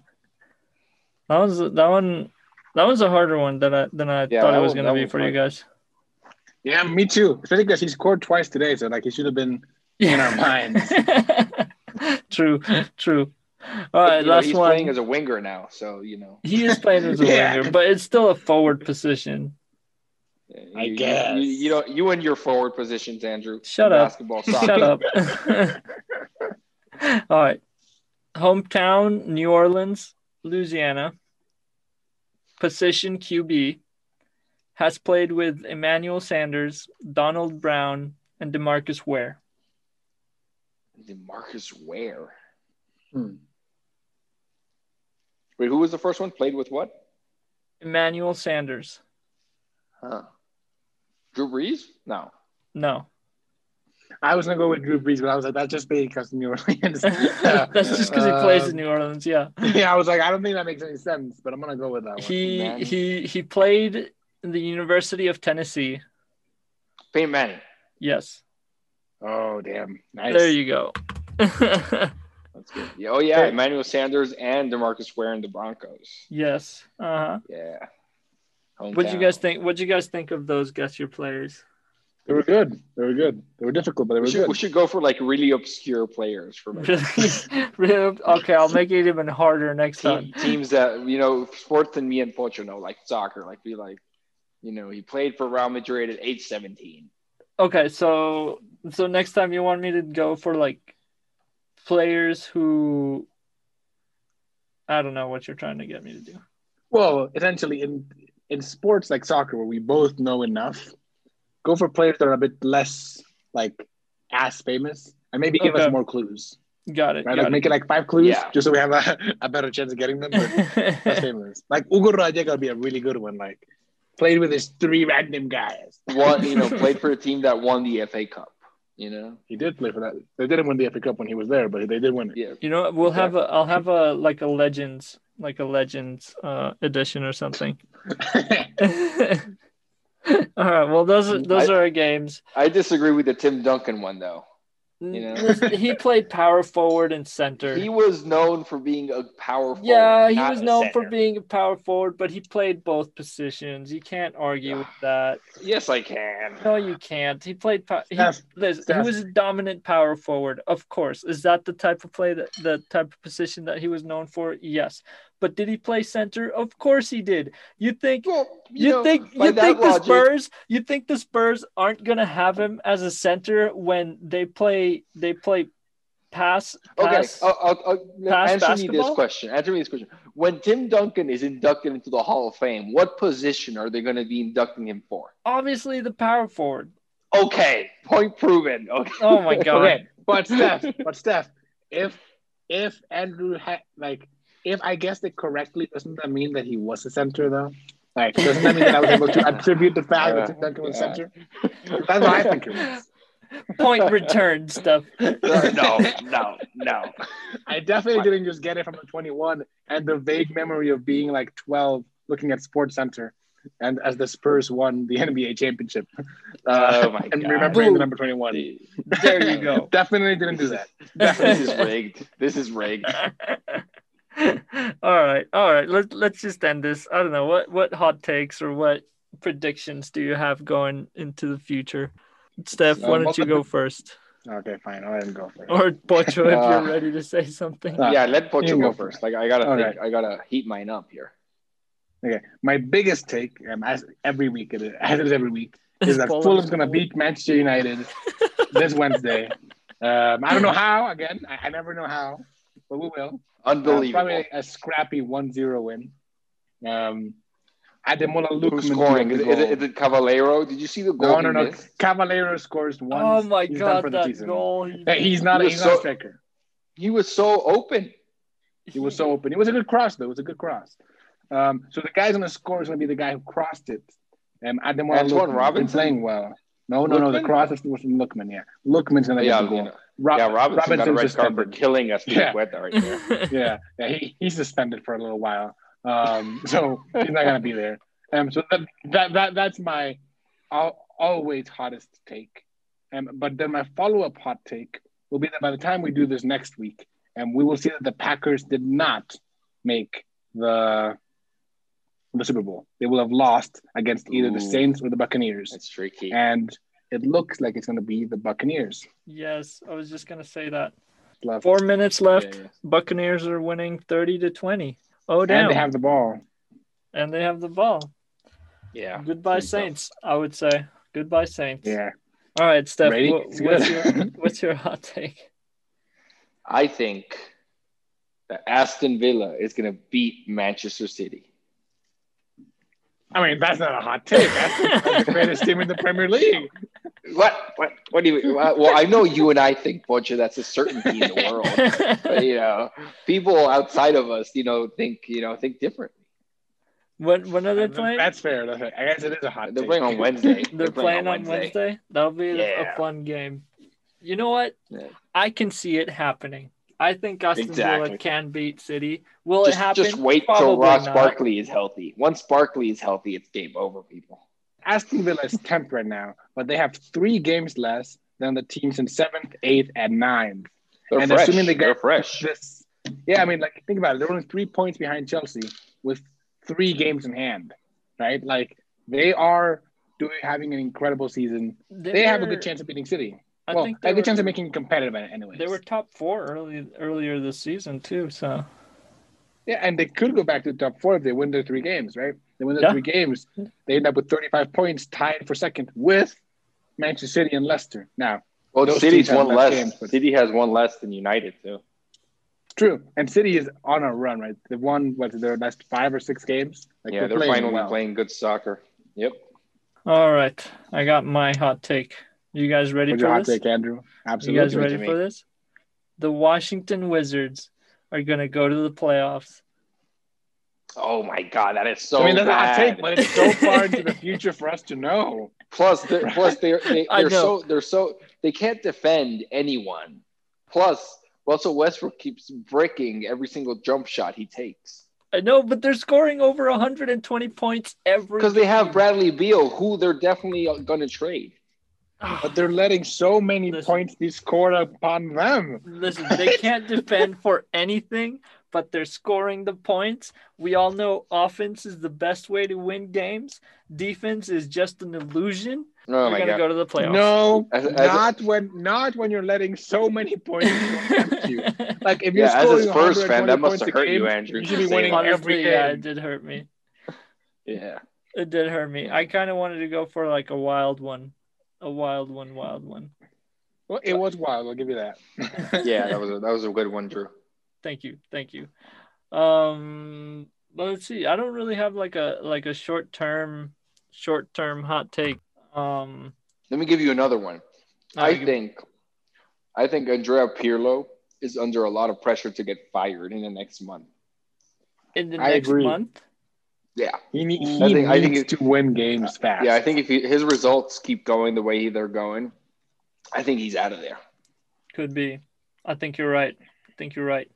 Speaker 1: that
Speaker 3: one.
Speaker 1: was that one. That was a harder one than I than I
Speaker 2: Yeah,
Speaker 1: thought
Speaker 2: that
Speaker 1: it was
Speaker 2: one-
Speaker 1: gonna
Speaker 2: that
Speaker 1: be
Speaker 2: one's
Speaker 1: for you
Speaker 2: hard.
Speaker 1: guys.
Speaker 3: Yeah, me too. Especially because he scored twice today, so like he should have been in our minds.
Speaker 1: true. True. All
Speaker 2: But,
Speaker 1: right.
Speaker 2: you know,
Speaker 1: last
Speaker 2: he's
Speaker 1: one.
Speaker 2: playing as a winger now, so you know.
Speaker 1: he is playing as a
Speaker 3: Yeah.
Speaker 1: winger, but it's still a forward position.
Speaker 3: I
Speaker 2: you,
Speaker 3: guess.
Speaker 2: you, you know you and your forward positions, Andrew.
Speaker 1: Shut up.
Speaker 2: Basketball, soccer.
Speaker 1: Shut up. All right. Hometown, New Orleans, Louisiana. Position QB. Has played with Emmanuel Sanders, Donald Brown, and Demarcus Ware.
Speaker 2: Demarcus Ware.
Speaker 3: Hmm.
Speaker 2: Wait, who was the first one? Played with what?
Speaker 1: Emmanuel Sanders.
Speaker 2: Huh. Drew Brees? No.
Speaker 1: No.
Speaker 3: I was gonna go with Drew Brees, but I was like, that's just because New Orleans. Uh,
Speaker 1: That's just because he plays in New Orleans, yeah.
Speaker 3: Yeah, I was like, I don't think that makes any sense, but I'm gonna go with that one.
Speaker 1: He
Speaker 2: Manning.
Speaker 1: he he played in the University of Tennessee.
Speaker 2: Peyton Manning.
Speaker 1: Yes.
Speaker 3: oh damn, nice.
Speaker 1: There you go.
Speaker 2: That's good. Yeah, Oh yeah,
Speaker 1: Okay.
Speaker 2: Emmanuel Sanders and Demarcus Ware and the Broncos.
Speaker 1: yes. Uh-huh.
Speaker 2: Yeah.
Speaker 1: What do you
Speaker 2: Hometown.
Speaker 1: guys think? What do you guys think of those guess your players?
Speaker 3: They were good. They were good. They were difficult, but they were
Speaker 2: We should, we
Speaker 3: good.
Speaker 2: should go for like really obscure players for like,
Speaker 1: Really? really? Okay, I'll make it even harder next time.
Speaker 2: team, teams that you know sports and me and Pocho know, like soccer. Like be like, you know, he played for Real Madrid at age seventeen.
Speaker 1: Okay, so so next time you want me to go for like players who I don't know what you're trying to get me to do.
Speaker 3: Well, essentially, in in sports like soccer, where we both know enough, go for players that are a bit less like ass famous, and maybe give
Speaker 1: Okay.
Speaker 3: us more clues.
Speaker 1: Got it.
Speaker 3: Right,
Speaker 1: got
Speaker 3: like make it like five clues,
Speaker 2: Yeah.
Speaker 3: just so we have a, a better chance of getting them. But less
Speaker 1: it.
Speaker 3: famous. Like Hugo Rodriguez would be a really good one. Like played with his three random guys.
Speaker 2: One, you know, played for a team that won the FA Cup. You know,
Speaker 3: He did play for that. They didn't win the FA Cup when he was there, but they did win it.
Speaker 2: yeah.
Speaker 1: you know, what? we'll have a I'll have a like a legends like a legends uh edition or something. All right. Well, those are those
Speaker 2: Mm, I-
Speaker 1: are our games.
Speaker 2: I disagree with the Tim Duncan one though. You know?
Speaker 1: Listen, he played power forward and center.
Speaker 2: He was known for being a powerful.
Speaker 1: yeah, he was known for being a power forward, but he played both positions. You can't argue with that.
Speaker 2: Yes, I can.
Speaker 1: No, you can't. He played. pow- He,
Speaker 3: Steph,
Speaker 1: listen, he
Speaker 3: Steph.
Speaker 1: was a dominant power forward, of course. Is that the type of play that the type of position that he was known for? Yes. But did he play center? Of course he did. You think
Speaker 2: Well,
Speaker 1: you,
Speaker 2: know,
Speaker 1: think
Speaker 2: by
Speaker 1: you
Speaker 2: that
Speaker 1: think the
Speaker 2: logic-
Speaker 1: Spurs you think the Spurs aren't gonna have him as a center when they play they play pass
Speaker 2: Okay,
Speaker 1: pass
Speaker 2: I'll, I'll, I'll
Speaker 1: pass
Speaker 2: answer me this
Speaker 1: basketball?
Speaker 2: question. Answer me this question. When Tim Duncan is inducted into the Hall of Fame, what position are they going to be inducting him for?
Speaker 1: obviously the power forward.
Speaker 2: Okay, point proven. Okay.
Speaker 1: Oh my god.
Speaker 3: Okay, but Steph, but Steph, if if Andrew had like if I guessed it correctly, doesn't that mean that he was a center though? Like, doesn't that mean that I was able to attribute the fact that Tim Duncan was
Speaker 2: Yeah.
Speaker 3: center? That's what I think it was.
Speaker 1: Point return stuff.
Speaker 2: no, no, no.
Speaker 3: I definitely didn't just get it from the 21 and the vague memory of being like 12 looking at Sports Center and as the Spurs won the NBA championship. Uh,
Speaker 2: Oh my
Speaker 3: and
Speaker 2: God.
Speaker 3: remembering
Speaker 1: Boom.
Speaker 3: the number 21.
Speaker 1: There you go.
Speaker 3: Definitely didn't do that.
Speaker 2: This is rigged. This is rigged.
Speaker 1: all right, all right. Let's let's just end this. I don't know what what hot takes or what predictions do you have going into the future. Steph, why
Speaker 3: Uh,
Speaker 1: don't you go first,
Speaker 3: Okay, fine. I'll let him go first.
Speaker 1: or Pocho if
Speaker 2: Uh,
Speaker 1: you're ready to say something?
Speaker 3: Uh,
Speaker 2: Yeah, let
Speaker 3: you
Speaker 2: Pocho
Speaker 3: go
Speaker 2: go first. Like I gotta,
Speaker 3: Okay.
Speaker 2: think, I gotta heat mine up here.
Speaker 3: Okay. My biggest take, um, as every week, it is, as it is every week,
Speaker 1: Is
Speaker 3: is that
Speaker 1: Poland
Speaker 3: Fulham's going to
Speaker 1: cool?
Speaker 3: beat Manchester United this Wednesday. Um, I don't know how, again. I, I never know how, but we will. Uh,
Speaker 2: Unbelievable.
Speaker 3: probably a scrappy 1-0 win. Um, I didn't want to look.
Speaker 2: Who's scoring? Is, it- is it, is it Cavallero? Did you see the goal?
Speaker 3: No, no,
Speaker 2: he
Speaker 3: no.
Speaker 2: missed?
Speaker 3: Cavallero scores one.
Speaker 1: Oh my
Speaker 3: He's done for
Speaker 1: god, that
Speaker 3: the season.
Speaker 1: goal! he
Speaker 3: Yeah, He's not.
Speaker 2: He was
Speaker 3: he's not a
Speaker 2: so-
Speaker 3: striker.
Speaker 2: He was so open.
Speaker 3: He was so open. It was a good cross, though. It was a good cross. Um, so the guy's gonna score is gonna be the guy who crossed it. Um, I didn't want
Speaker 2: Antoine Robinson?
Speaker 3: playing well. No, no, no. The
Speaker 2: Lookman?
Speaker 3: cross is- was from Lookman. Yeah, Lookman's gonna
Speaker 2: Yeah,
Speaker 3: get the goal.
Speaker 2: you know.
Speaker 3: Rob-
Speaker 2: yeah, Robinson got a
Speaker 3: Robinson's
Speaker 2: red card for
Speaker 3: suspended.
Speaker 2: killing us.
Speaker 3: Yeah.
Speaker 2: Yeah. right there.
Speaker 3: yeah, yeah he, he's suspended for a little while. Um, so he's not gonna be there. Um, so that, that that that's my al- always hottest take. Um, but then my follow up hot take will be that by the time we do this next week, and we will see that the Packers did not make the the Super Bowl. They will have lost against either the
Speaker 2: Ooh.
Speaker 3: Saints or the Buccaneers,
Speaker 2: That's tricky.
Speaker 3: and it looks like it's gonna be the Buccaneers.
Speaker 1: yes, I was just gonna say that.
Speaker 3: Left.
Speaker 1: Four minutes left.
Speaker 2: Yeah, yeah.
Speaker 1: Buccaneers are winning thirty to twenty. Oh damn!
Speaker 3: And they have the ball.
Speaker 1: the ball.
Speaker 2: Yeah.
Speaker 1: Goodbye
Speaker 2: Pretty tough.
Speaker 1: Saints. I would say goodbye Saints.
Speaker 3: Yeah.
Speaker 1: All right, Steph.
Speaker 3: Brady,
Speaker 1: what-
Speaker 3: it's
Speaker 1: what's your
Speaker 3: good.
Speaker 1: what's your hot take?
Speaker 2: I think that Aston Villa is going to beat Manchester City.
Speaker 3: I mean, that's not a hot take. That's that's the greatest team in the Premier League.
Speaker 2: What? What? What do you? Well, I know you and I think, Butcher, that's a certainty in the world. But, you know, people outside of us, you know, think, you know, think differently.
Speaker 1: when when are they playing?
Speaker 3: That's fair. That's fair. I guess it is a hot
Speaker 2: They're
Speaker 3: take.
Speaker 2: playing on Wednesday.
Speaker 1: They're, playing, on Wednesday. That'll be a- a
Speaker 2: Yeah.
Speaker 1: fun game. You know what?
Speaker 2: Yeah.
Speaker 1: I can see it happening. I think Aston Villa
Speaker 2: Exactly.
Speaker 1: can beat City. Will it
Speaker 2: Just,
Speaker 1: happen?
Speaker 2: just wait till
Speaker 1: Probably
Speaker 2: Ross
Speaker 1: not.
Speaker 2: Barkley is healthy. Once Barkley is healthy, it's game over, people.
Speaker 3: Aston Villa is 10th right now, but they have three games less than the teams in 7th, 8th, and 9th.
Speaker 2: They're
Speaker 3: And
Speaker 2: fresh.
Speaker 3: assuming they get-
Speaker 2: They're fresh.
Speaker 3: This, yeah, I mean, like, think about it. They're only three points behind Chelsea with three games in hand, right? Like, they are doing having an incredible season.
Speaker 1: They,
Speaker 3: They, have a
Speaker 1: were-
Speaker 3: good chance of beating City.
Speaker 1: I
Speaker 3: well,
Speaker 1: think
Speaker 3: a
Speaker 1: they
Speaker 3: good
Speaker 1: were,
Speaker 3: chance of making it competitive, anyway.
Speaker 1: they were top four early earlier this season too. So
Speaker 3: Yeah, and they could go back to the top four if they win their three games, right? They win their
Speaker 1: Yeah.
Speaker 3: three games, they end up with 35 points, tied for second with Manchester City and Leicester. Now,
Speaker 2: Well,
Speaker 3: Those teams
Speaker 2: City's
Speaker 3: have
Speaker 2: one
Speaker 3: less
Speaker 2: less.
Speaker 3: games, but-
Speaker 2: City has one less than United, too.
Speaker 3: true, and City is on a run, right? They've won what their last five or six games. Like,
Speaker 2: yeah, they're finally playing good soccer. Yep.
Speaker 1: all right, I got my hot take. You guys ready
Speaker 3: What's
Speaker 1: for
Speaker 3: your hot
Speaker 1: this?
Speaker 3: take, Andrew?
Speaker 1: You guys
Speaker 3: Absolutely.
Speaker 1: ready
Speaker 2: Jimmy.
Speaker 1: for this? The Washington Wizards are going to go to the playoffs.
Speaker 2: Oh my god, that is so
Speaker 3: I mean, that's a hot
Speaker 2: bad.
Speaker 3: take, but it's so far into the future for us to know.
Speaker 2: plus, they're, plus they're they,
Speaker 1: I
Speaker 2: they're
Speaker 1: know.
Speaker 2: so they're so they can't defend anyone. Plus, Russell Westbrook keeps bricking every single jump shot he takes
Speaker 1: I know, but they're scoring over 120 points every.
Speaker 2: because they have
Speaker 1: game.
Speaker 2: Bradley Beal, who they're definitely going to trade.
Speaker 1: Ah,
Speaker 3: But they're letting so many
Speaker 1: Listen.
Speaker 3: points be scored upon them.
Speaker 1: Listen, they can't defend for anything, but they're scoring the points. We all know offense is the best way to win games. Defense is just an illusion.
Speaker 2: Oh
Speaker 1: they're
Speaker 2: my
Speaker 1: going to
Speaker 2: god.
Speaker 1: go to the playoffs.
Speaker 3: No,
Speaker 2: As- as-
Speaker 3: not when not when you're letting so many points go against you. Like if you're
Speaker 2: Yeah, as a
Speaker 3: scoring
Speaker 2: Spurs fan,
Speaker 3: 120
Speaker 2: that must
Speaker 3: points
Speaker 2: have
Speaker 3: a
Speaker 2: hurt you,
Speaker 3: game,
Speaker 2: Andrew,
Speaker 3: You should be
Speaker 2: to say
Speaker 3: winning
Speaker 2: that.
Speaker 3: every
Speaker 1: Honestly, yeah, it
Speaker 3: game.
Speaker 1: did hurt me.
Speaker 2: Yeah.
Speaker 1: It did hurt me. I kind of wanted to go for like a wild one, a wild one, wild one.
Speaker 3: Well, it was wild. I'll give you that.
Speaker 2: Yeah, that was a, that was a good one, Drew.
Speaker 1: thank you thank you um but let's see i don't really have like a like a short term short term hot take um
Speaker 2: Let me give you another one. I
Speaker 1: give-
Speaker 2: think, I think Andrea Pirlo is under a lot of pressure to get fired in the next month.
Speaker 1: in the
Speaker 3: I
Speaker 1: next
Speaker 3: agree.
Speaker 1: month
Speaker 2: Yeah,
Speaker 3: He, ne- he
Speaker 2: I think- I think
Speaker 3: needs to win games fast.
Speaker 2: yeah. I think if he, his results keep going the way they're going, I think he's out of there.
Speaker 1: could be i think you're right i think you're right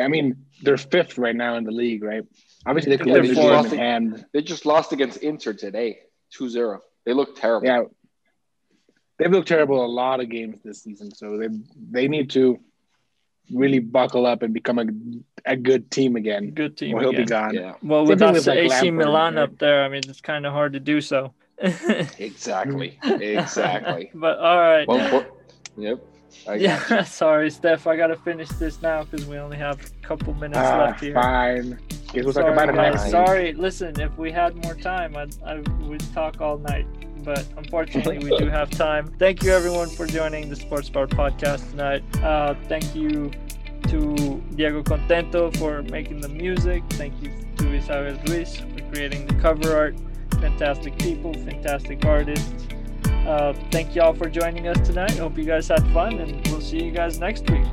Speaker 3: I mean, they're fifth right now in the league, right? Obviously, they
Speaker 1: I
Speaker 3: could
Speaker 1: think
Speaker 3: have
Speaker 1: they're
Speaker 3: the
Speaker 2: fourth.
Speaker 3: game in hand.
Speaker 2: They just lost against Inter today, 2-0. They look terrible.
Speaker 3: Yeah, they've looked terrible a lot of games this season. So they they need to really buckle up and become a, a good team again,
Speaker 1: good team
Speaker 3: or he'll be
Speaker 1: again.
Speaker 3: gone.
Speaker 2: Yeah,
Speaker 1: well
Speaker 3: Same
Speaker 1: with
Speaker 3: thing
Speaker 1: us
Speaker 3: with, like,
Speaker 1: ac
Speaker 3: Lampard,
Speaker 1: milan
Speaker 3: right?
Speaker 1: up there i mean it's kind of hard to do so
Speaker 2: exactly, exactly.
Speaker 1: but all right
Speaker 2: One point. Yep. I got you.
Speaker 1: yeah sorry steph i gotta finish this now because we only have a couple minutes
Speaker 3: Ah,
Speaker 1: left here
Speaker 3: fine. Guess we'll
Speaker 1: sorry,
Speaker 3: talk about it
Speaker 1: guys.
Speaker 3: next time.
Speaker 1: Sorry, listen, if we had more time, I, I would talk all night. But unfortunately, we do have time. Thank you, everyone, for joining the Sports Bar podcast tonight. Uh, thank you to Diego Contento for making the music. Thank you to Isabel Ruiz for creating the cover art. Fantastic people, fantastic artists. Uh, thank y'all for joining us tonight. Hope you guys had fun, and we'll see you guys next week.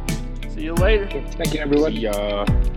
Speaker 1: See you later.
Speaker 3: Thank you, everyone.
Speaker 2: Yeah.